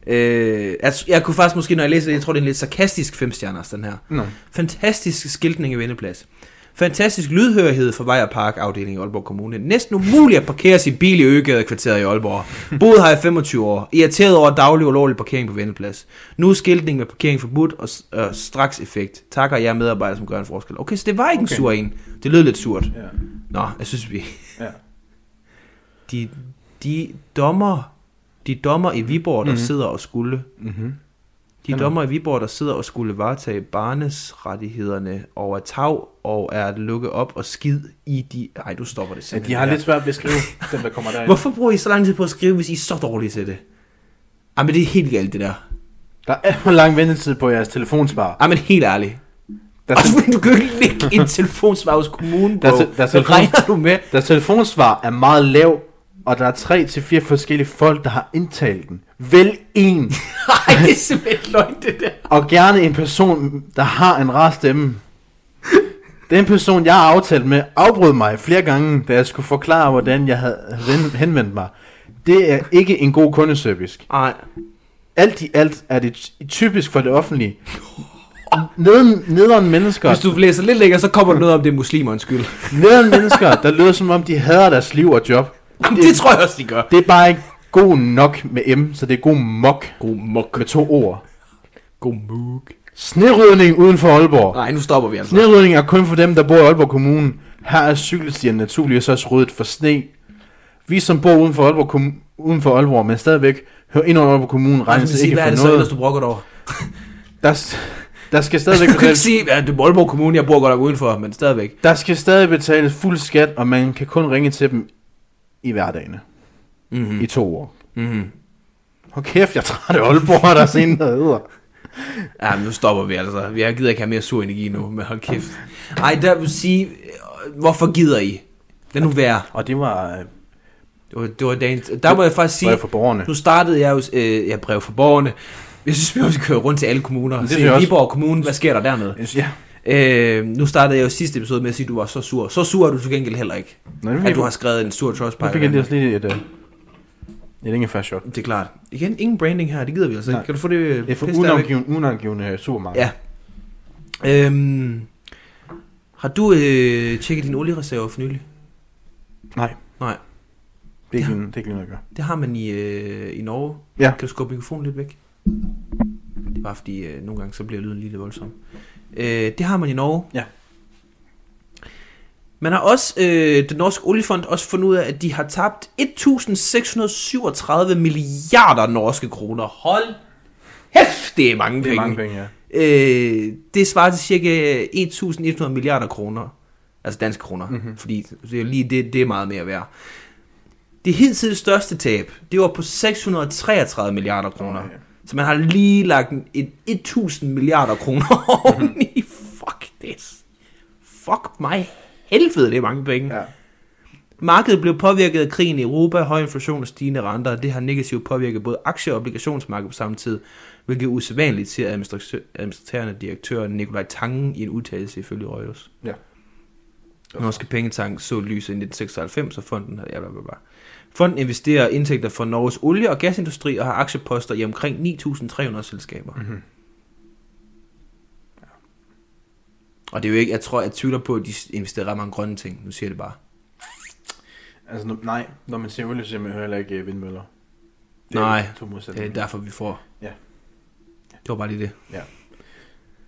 Speaker 2: Ja.
Speaker 1: Øh, altså, jeg kunne faktisk
Speaker 2: Mm.
Speaker 1: måske, når jeg læser det, jeg tror, det er en lidt sarkastisk femstjerners, den her.
Speaker 2: Nå.
Speaker 1: Fantastisk skiltning i vendeplads. Fantastisk lydhørighed for Vejer Park, afdeling i Aalborg Kommune. Næsten umuligt at parkere sin bil i Øgade kvarteret i Aalborg. Boet her i 25 år. Irriteret over daglig ulovlig parkering på vendeplads. Nu er skiltning med parkering forbudt og s- og straks effekt. Takker jer medarbejdere, som gør en forskel. Okay, så det var ikke okay. en
Speaker 2: Okay.
Speaker 1: sur en. Det lød lidt surt.
Speaker 2: Ja.
Speaker 1: Nå, jeg synes vi...
Speaker 2: Ja.
Speaker 1: De, de dommer... De dommer i Viborg, der mm-hmm. sidder og skulle
Speaker 2: Mm-hmm.
Speaker 1: de
Speaker 2: Mhm. Jamen.
Speaker 1: dommer i Viborg, der sidder og skulle varetage barnesrettighederne over tag og er at lukke op og skid i de... Ej, du stopper det
Speaker 2: Ja,
Speaker 1: simpelthen.
Speaker 2: de har
Speaker 1: her.
Speaker 2: lidt svært ved at skrive, dem der kommer derind.
Speaker 1: Hvorfor bruger I så lang tid på at skrive, hvis I er så dårlige til det? Ej, men det er helt galt, det der.
Speaker 2: Der er alt for lang ventetid på jeres telefonsvar.
Speaker 1: Ej, men helt ærligt.
Speaker 2: Der
Speaker 1: Også fordi du kan jo ikke lægge en telefonsvar hos kommunen, bro.
Speaker 2: Der er te- der er
Speaker 1: Hvad
Speaker 2: telefon-
Speaker 1: regner du med?
Speaker 2: Deres telefonsvar er meget lav, og der er tre til fire forskellige folk, der har indtalt den. Vælg en,
Speaker 1: Nej, det er simpelthen løgn, det der.
Speaker 2: og gerne en person, der har en rar stemme. Den person, jeg har aftalt med, afbrød mig flere gange, da jeg skulle forklare, hvordan jeg havde hen- henvendt mig. Det er ikke en god kundeservice.
Speaker 1: Ej.
Speaker 2: Alt i alt er det ty- typisk for det offentlige. Nederen, nederen mennesker,
Speaker 1: Hvis du læser lidt længere, så kommer der noget om, det er muslimernes skyld.
Speaker 2: nederen mennesker, der lyder som om, de hader deres liv og job.
Speaker 1: Jamen, det tror jeg også, de gør.
Speaker 2: Det er bare ikke god nok med M, så det er god mok
Speaker 1: God mok.
Speaker 2: med to ord.
Speaker 1: God mok.
Speaker 2: Snerydning uden for Aalborg.
Speaker 1: Nej, nu stopper vi altså.
Speaker 2: Snerydning er kun for dem, der bor i Aalborg Kommune. Her er cykelstierne naturligvis også ryddet for sne. Vi som bor uden for Aalborg, Kommun- uden for Aalborg men stadigvæk hører ind under Aalborg Kommune, regnes
Speaker 1: Rasmus,
Speaker 2: ikke
Speaker 1: hvad er det
Speaker 2: for
Speaker 1: så ellers,
Speaker 2: noget.
Speaker 1: du brokker dig over?
Speaker 2: Der, s- der skal stadigvæk
Speaker 1: Du kan ikke
Speaker 2: betales,
Speaker 1: sige, at det er Aalborg Kommune, jeg bor godt nok udenfor, men stadigvæk.
Speaker 2: der skal stadig betales fuld skat, og man kan kun ringe til dem i hverdagene.
Speaker 1: Mhm.
Speaker 2: I to år.
Speaker 1: Mm-hmm.
Speaker 2: Hold kæft, jeg er træt af Aalborg, der er sådan en, der hedder.
Speaker 1: Ja, men nu stopper vi altså. Jeg gider ikke have mere sur energi nu, men hold kæft. Ej, der vil sige, øh, hvorfor gider I? Lad nu være.
Speaker 2: Og det var, øh,
Speaker 1: Det var, det var dagens. Der må jeg faktisk sige,
Speaker 2: brev for borgerne.
Speaker 1: nu startede jeg jo, øh, jeg brev for borgerne. Jeg synes, vi også skal køre rundt til alle kommuner.
Speaker 2: det
Speaker 1: Det
Speaker 2: synes jeg
Speaker 1: Se,
Speaker 2: også.
Speaker 1: Viborg Kommune, hvad sker der dernede?
Speaker 2: Ja,
Speaker 1: Øh, nu startede jeg jo sidste episode med at sige, at du var så sur. Så sur er du til gengæld heller ikke.
Speaker 2: Nå, det fik
Speaker 1: At du
Speaker 2: jeg-
Speaker 1: har skrevet en sur
Speaker 2: nu
Speaker 1: trustpile.
Speaker 2: fik jeg lige også lige et, øh, et ingefær-shot.
Speaker 1: Det er klart. Igen, ingen branding her, det gider vi altså ikke.
Speaker 2: Nej.
Speaker 1: Kan du få det, øh,
Speaker 2: Det er for
Speaker 1: pis der væk?
Speaker 2: unavngivende, unavngivende supermarked.
Speaker 1: Ja. Øhm, har du øh, tjekket din oliereserve for nylig?
Speaker 2: Nej.
Speaker 1: Nej.
Speaker 2: Det er ikke, en- det er ikke noget, jeg gør.
Speaker 1: Det har man i, øh, i Norge.
Speaker 2: Ja.
Speaker 1: Kan du skubbe mikrofonen lidt væk? Det er bare fordi, øh, nogle gange så bliver lyden lige lidt voldsom. Øh, det har man i Norge.
Speaker 2: Ja.
Speaker 1: Man har også, øh, den norske oliefond, også fundet ud af, at de har tabt 1.637 milliarder norske kroner. Hold hæft, det er mange
Speaker 2: Det er
Speaker 1: penge.
Speaker 2: mange penge, ja.
Speaker 1: Øh, det svarer til cirka 1.100 milliarder kroner. Altså danske kroner.
Speaker 2: Mhm.
Speaker 1: Mm-hmm. Fordi det er jo lige det, det er meget mere værd. Det hidtil største tab, det var på 633 milliarder kroner.
Speaker 2: Okay.
Speaker 1: Så man har lige lagt en- et 1000 milliarder kroner
Speaker 2: Mhm.
Speaker 1: oveni. Fuck this. Fuck mig. Helvede, det er mange penge.
Speaker 2: ja.
Speaker 1: Markedet blev påvirket af krigen i Europa, høj inflation og stigende renter, og det har negativt påvirket både aktie- og obligationsmarkedet på samme tid, hvilket er usædvanligt, siger administra- administrerende direktør Nikolaj Tangen i en udtalelse ifølge Reuters.
Speaker 2: Ja.
Speaker 1: Norske Pengetank så lyset i 1996, og fonden har... Ja, bla, bla, bla. Fonden investerer indtægter fra Norges olie- og gasindustri og har aktieposter i omkring 9.300 selskaber. Mm-hmm. Og det er jo ikke, jeg tror, jeg tvivler på, at de investerer ret mange grønne ting. Nu siger jeg det bare.
Speaker 2: Altså, nu- nej, når man siger olie, siger man heller ikke øh, vindmøller. Det er
Speaker 1: Nej,
Speaker 2: To
Speaker 1: Det er
Speaker 2: modsætninger.
Speaker 1: derfor, vi får.
Speaker 2: Ja.
Speaker 1: Det var bare lige det.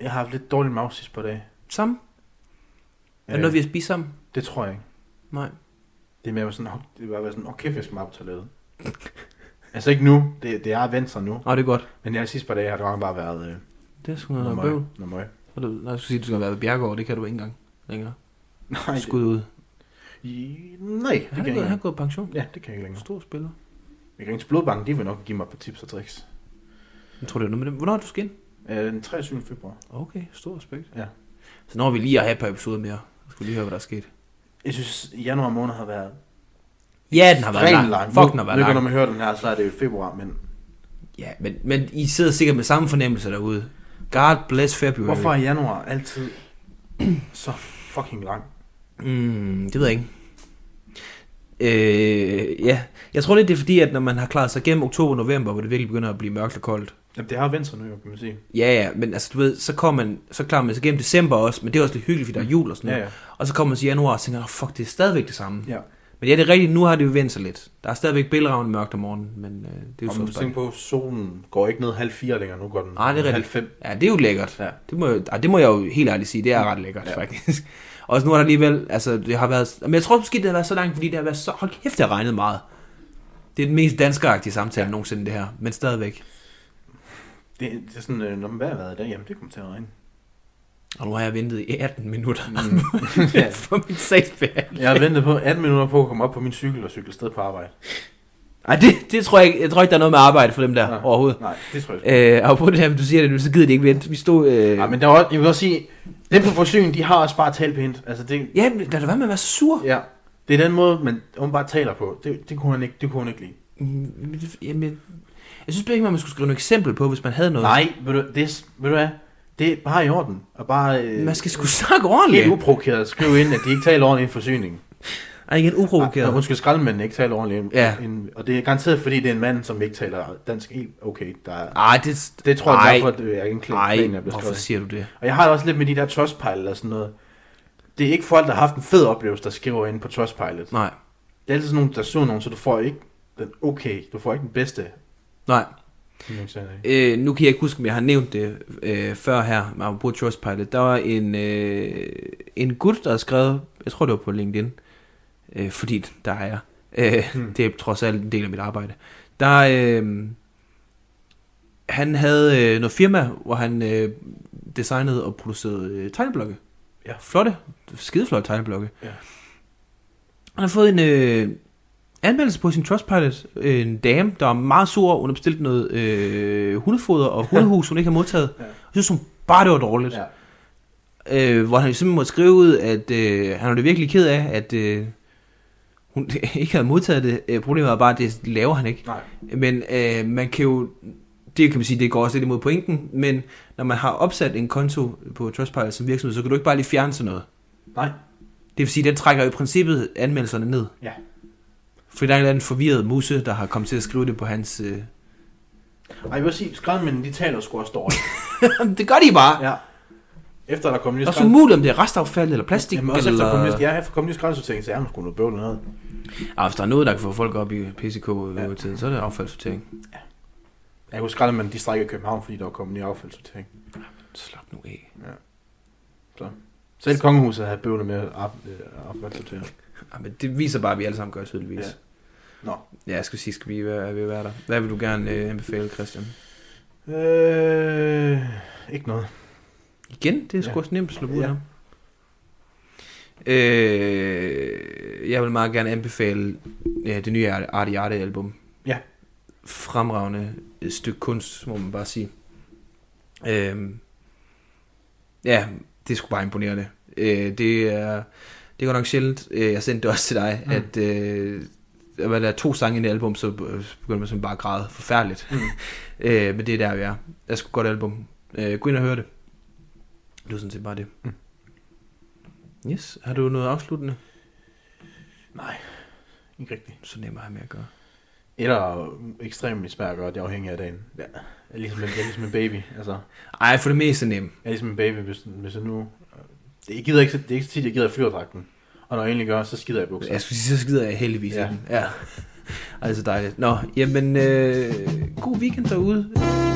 Speaker 2: Jeg har haft lidt dårlig mave sidst på dag.
Speaker 1: Sammen? Er det
Speaker 2: Øh,
Speaker 1: noget, vi har spist sammen?
Speaker 2: Det tror jeg ikke.
Speaker 1: Nej.
Speaker 2: Det er mere sådan, hov, det var bare sådan, åh kæft, jeg skal mig op til toilettet. altså ikke nu, det, det er venstre nu.
Speaker 1: Åh, det er godt.
Speaker 2: Men jeg sidste par dage har det nok bare været øh,
Speaker 1: Det er sgu noget
Speaker 2: noget
Speaker 1: bøvl.
Speaker 2: møg. Noget møg.
Speaker 1: Og du- Nej, jeg skulle sige, at du skal have været ved Bjergård. Det kan du ikke engang længere.
Speaker 2: Nej, det,
Speaker 1: Skud ud.
Speaker 2: I- nej, det
Speaker 1: Han er
Speaker 2: kan jeg
Speaker 1: gået,
Speaker 2: ikke.
Speaker 1: han er
Speaker 2: længere.
Speaker 1: gået pension.
Speaker 2: Ja, det kan jeg ikke længere.
Speaker 1: Stor spiller.
Speaker 2: Jeg kan ikke til Blodbanken, de vil nok give mig et par tips og tricks.
Speaker 1: Jeg tror, det er noget med dem. Hvornår er du skal ind?
Speaker 2: Øh, den 23. februar.
Speaker 1: Okay, stor respekt.
Speaker 2: Ja.
Speaker 1: Så når vi lige at have et par episoder mere. Jeg skulle lige høre, hvad der er sket.
Speaker 2: Jeg synes, januar måned har været
Speaker 1: Ja, den har været lang.
Speaker 2: Ekstremt
Speaker 1: Fuck, den har
Speaker 2: Nu
Speaker 1: været
Speaker 2: kan når
Speaker 1: lang.
Speaker 2: man hører den her, så er det jo februar, men
Speaker 1: Ja, men, men I sidder sikkert med samme fornemmelse derude. God bless February.
Speaker 2: hvorfor er januar altid så fucking lang?
Speaker 1: Mm, det ved jeg ikke. Øh, ja, Jeg tror lidt, det er fordi, at når man har klaret sig gennem oktober og november, hvor det virkelig begynder at blive mørkt og koldt.
Speaker 2: Jamen, det har vendt sig nu, jo, kan man sige.
Speaker 1: Ja, ja, men altså, du ved, så, kommer man, så klarer man sig gennem december også, men det er også lidt hyggeligt, fordi der er jul og sådan
Speaker 2: Mm. Ja,
Speaker 1: noget.
Speaker 2: ja.
Speaker 1: Og så kommer man til januar og tænker, "Nå, fuck, det er stadigvæk det samme.
Speaker 2: ja.
Speaker 1: Men ja, det er rigtigt, nu har det jo vendt sig lidt. Der er stadigvæk bælragende mørkt om morgenen, men øh, det er jo
Speaker 2: Om du
Speaker 1: så
Speaker 2: tænker
Speaker 1: spændt.
Speaker 2: på, solen går ikke ned halv fire længere, nu går den
Speaker 1: Nej, det er
Speaker 2: halv
Speaker 1: rigtigt.
Speaker 2: fem.
Speaker 1: Ja, det er jo lækkert.
Speaker 2: Ja.
Speaker 1: Det, må, jeg- ej, det må jeg jo helt ærligt sige, det
Speaker 2: Mm.
Speaker 1: er ret lækkert ja. faktisk. Også nu har der alligevel, altså det har været, men jeg tror måske det har været så langt, fordi det har været så, hold kæft det har regnet meget. Det er den mest danskeragtige samtale ja. nogensinde det her, men stadigvæk.
Speaker 2: Det, det er sådan, øh, når man hvad har været i dag, jamen det kommer til at regne.
Speaker 1: Og nu har jeg ventet i 18 minutter
Speaker 2: Mm. Ja.
Speaker 1: for min sagsbehandling.
Speaker 2: Jeg har ventet på 18 minutter på at komme op på min cykel og cykle sted på arbejde.
Speaker 1: Ej, det, det tror jeg ikke, jeg tror ikke, der er noget med arbejde for dem der ja.
Speaker 2: Nej.
Speaker 1: overhovedet.
Speaker 2: Nej, det tror jeg ikke.
Speaker 1: Øh, og på det her, du siger det nu, så gider de ikke vente. Vi stod... Øh...
Speaker 2: Ja, men der er også, jeg vil også sige, dem på forsyn, de har også bare talt pænt. Altså det,
Speaker 1: ja, men lad da være med at være så sur.
Speaker 2: ja, det er den måde, man hun bare taler på. Det, det, kunne han ikke, det kunne han ikke lide.
Speaker 1: Mm, men det- Jamen, jeg synes bare ikke, man skulle skrive nogle eksempel på, hvis man havde noget.
Speaker 2: Nej, ved du, det, er- ved du hvad, det er bare i orden. Og bare øh,
Speaker 1: Man skal sgu snakke
Speaker 2: helt
Speaker 1: ordentligt.
Speaker 2: uprovokeret skrive ind, at de ikke taler ordentligt i en forsyning.
Speaker 1: Ej, igen,
Speaker 2: Ja,
Speaker 1: uprovokeret.
Speaker 2: Ah, undskyld, skraldemanden ikke taler ordentligt.
Speaker 1: Ja.
Speaker 2: En, og det er garanteret, fordi det er en mand, som ikke taler dansk helt okay. Der er,
Speaker 1: Ej, det...
Speaker 2: det tror jeg,
Speaker 1: Ej.
Speaker 2: Ej. derfor, at øh, jeg ikke en klæ- planen er
Speaker 1: Nej,
Speaker 2: blevet
Speaker 1: hvorfor
Speaker 2: skrevet.
Speaker 1: siger du det?
Speaker 2: Og jeg har det også lidt med de der Trustpilot og sådan noget. Det er ikke folk, der har haft en fed oplevelse, der skriver ind på Trustpilot.
Speaker 1: Nej,
Speaker 2: Det er altid sådan nogen, der så nogen, så du får ikke den okay. Du får ikke den bedste.
Speaker 1: nej.
Speaker 2: som jeg sagde.
Speaker 1: Øh, nu kan jeg ikke huske, om jeg har nævnt det øh, før her, med apropos Trustpilot. Der var en, øh, en gut, der havde skrevet, jeg tror det var på LinkedIn, øh, fordi der er jeg. Øh,
Speaker 2: Hmm.
Speaker 1: Det er trods alt en del af mit arbejde. Der, øh, han havde øh, noget firma, hvor han øh, designede og producerede øh, tegneblokke.
Speaker 2: Ja.
Speaker 1: Flotte, skideflotte tegneblokke.
Speaker 2: Ja.
Speaker 1: Han har fået en øh, anmeldelse på sin Trustpilot. Øh, En dame, der er meget sur, hun har bestilt noget øh, hundefoder og hundehus, hun ikke har modtaget.
Speaker 2: Ja.
Speaker 1: Ja. Jeg synes hun bare, det var dårligt.
Speaker 2: Ja.
Speaker 1: Øh, hvor han simpelthen måtte skrive ud, at øh, han var det virkelig ked af, at øh, hun ikke havde modtaget det. Øh, problemet var bare, at det laver han ikke.
Speaker 2: Nej.
Speaker 1: Men øh, man kan jo, det kan man sige, det går også lidt imod pointen, men når man har opsat en konto på Trustpilot som virksomhed, så kan du ikke bare lige fjerne sådan noget.
Speaker 2: Nej.
Speaker 1: Det vil sige, den trækker i princippet anmeldelserne ned.
Speaker 2: Ja.
Speaker 1: Fordi der er en eller anden forvirret musse, der har kommet til at skrive det på hans... Øh...
Speaker 2: Ej, jeg vil også sige, skraldemændene, de taler sgu også dårligt.
Speaker 1: det gør de bare!
Speaker 2: ja. Efter der kom nye
Speaker 1: Ja, også umuligt, om det er restaffald eller plastik.
Speaker 2: Jamen, også efter
Speaker 1: eller...
Speaker 2: der kom nye, ja, efter kom nye skraldesortering, så er man sgu noget bøvl noget.
Speaker 1: Ja, hvis der er noget, der kan få folk op i PCK ja. tiden, så er det affaldssortering.
Speaker 2: Jeg husker aldrig, men de strækker i København, fordi der var kommet nye affaldssortering.
Speaker 1: Slap nu af.
Speaker 2: Selv kongehuset havde bøvlet med at aff- øh, affaldssortere.
Speaker 1: Ja, men det viser bare, at vi alle sammen gør tydeligvis.
Speaker 2: Ja. Nå.
Speaker 1: Ja, jeg skulle sige, skal vi være, vi være der. Hvad vil du gerne øh, anbefale, Christian?
Speaker 2: Øh, ikke noget.
Speaker 1: Igen? Det er sgu
Speaker 2: Ja.
Speaker 1: også nemt at slå ud
Speaker 2: Ja.
Speaker 1: ja. øh, Jeg vil meget gerne anbefale ja, det nye Arte Arte album.
Speaker 2: Ja.
Speaker 1: Fremragende øh, stykke kunst, må man bare sige. Øh, ja, det er sgu bare imponerende. Øh, det er det er godt nok sjældent. Øh, jeg sendte det også til dig,
Speaker 2: Mm.
Speaker 1: mm. at øh, der var der to sange i det album, så øh, begyndte man sådan bare at græde forfærdeligt.
Speaker 2: Mm.
Speaker 1: Mm. øh, men det er der, vi er. Jeg skulle godt album. Øh, gå ind og hør det. Det var sådan set bare det.
Speaker 2: Mm.
Speaker 1: Yes, har du noget afsluttende?
Speaker 2: Nej, ikke rigtigt.
Speaker 1: Så nemmere har jeg med at gøre.
Speaker 2: Eller ekstremt smager godt, det afhænger af dagen. Ja. Jeg er ligesom en, jeg er ligesom en baby, altså.
Speaker 1: Ej, for det meste nem.
Speaker 2: Jeg er ligesom en baby, hvis, hvis jeg nu... Det, jeg gider ikke, det er ikke så tit, jeg gider i flyverdragten. Og når jeg egentlig gør, så skider jeg i bukser.
Speaker 1: Jeg skulle sige, så skider jeg heldigvis ja.
Speaker 2: Ja.
Speaker 1: i den. Ja. Ej, det er så dejligt. Nå, jamen, øh, god weekend derude.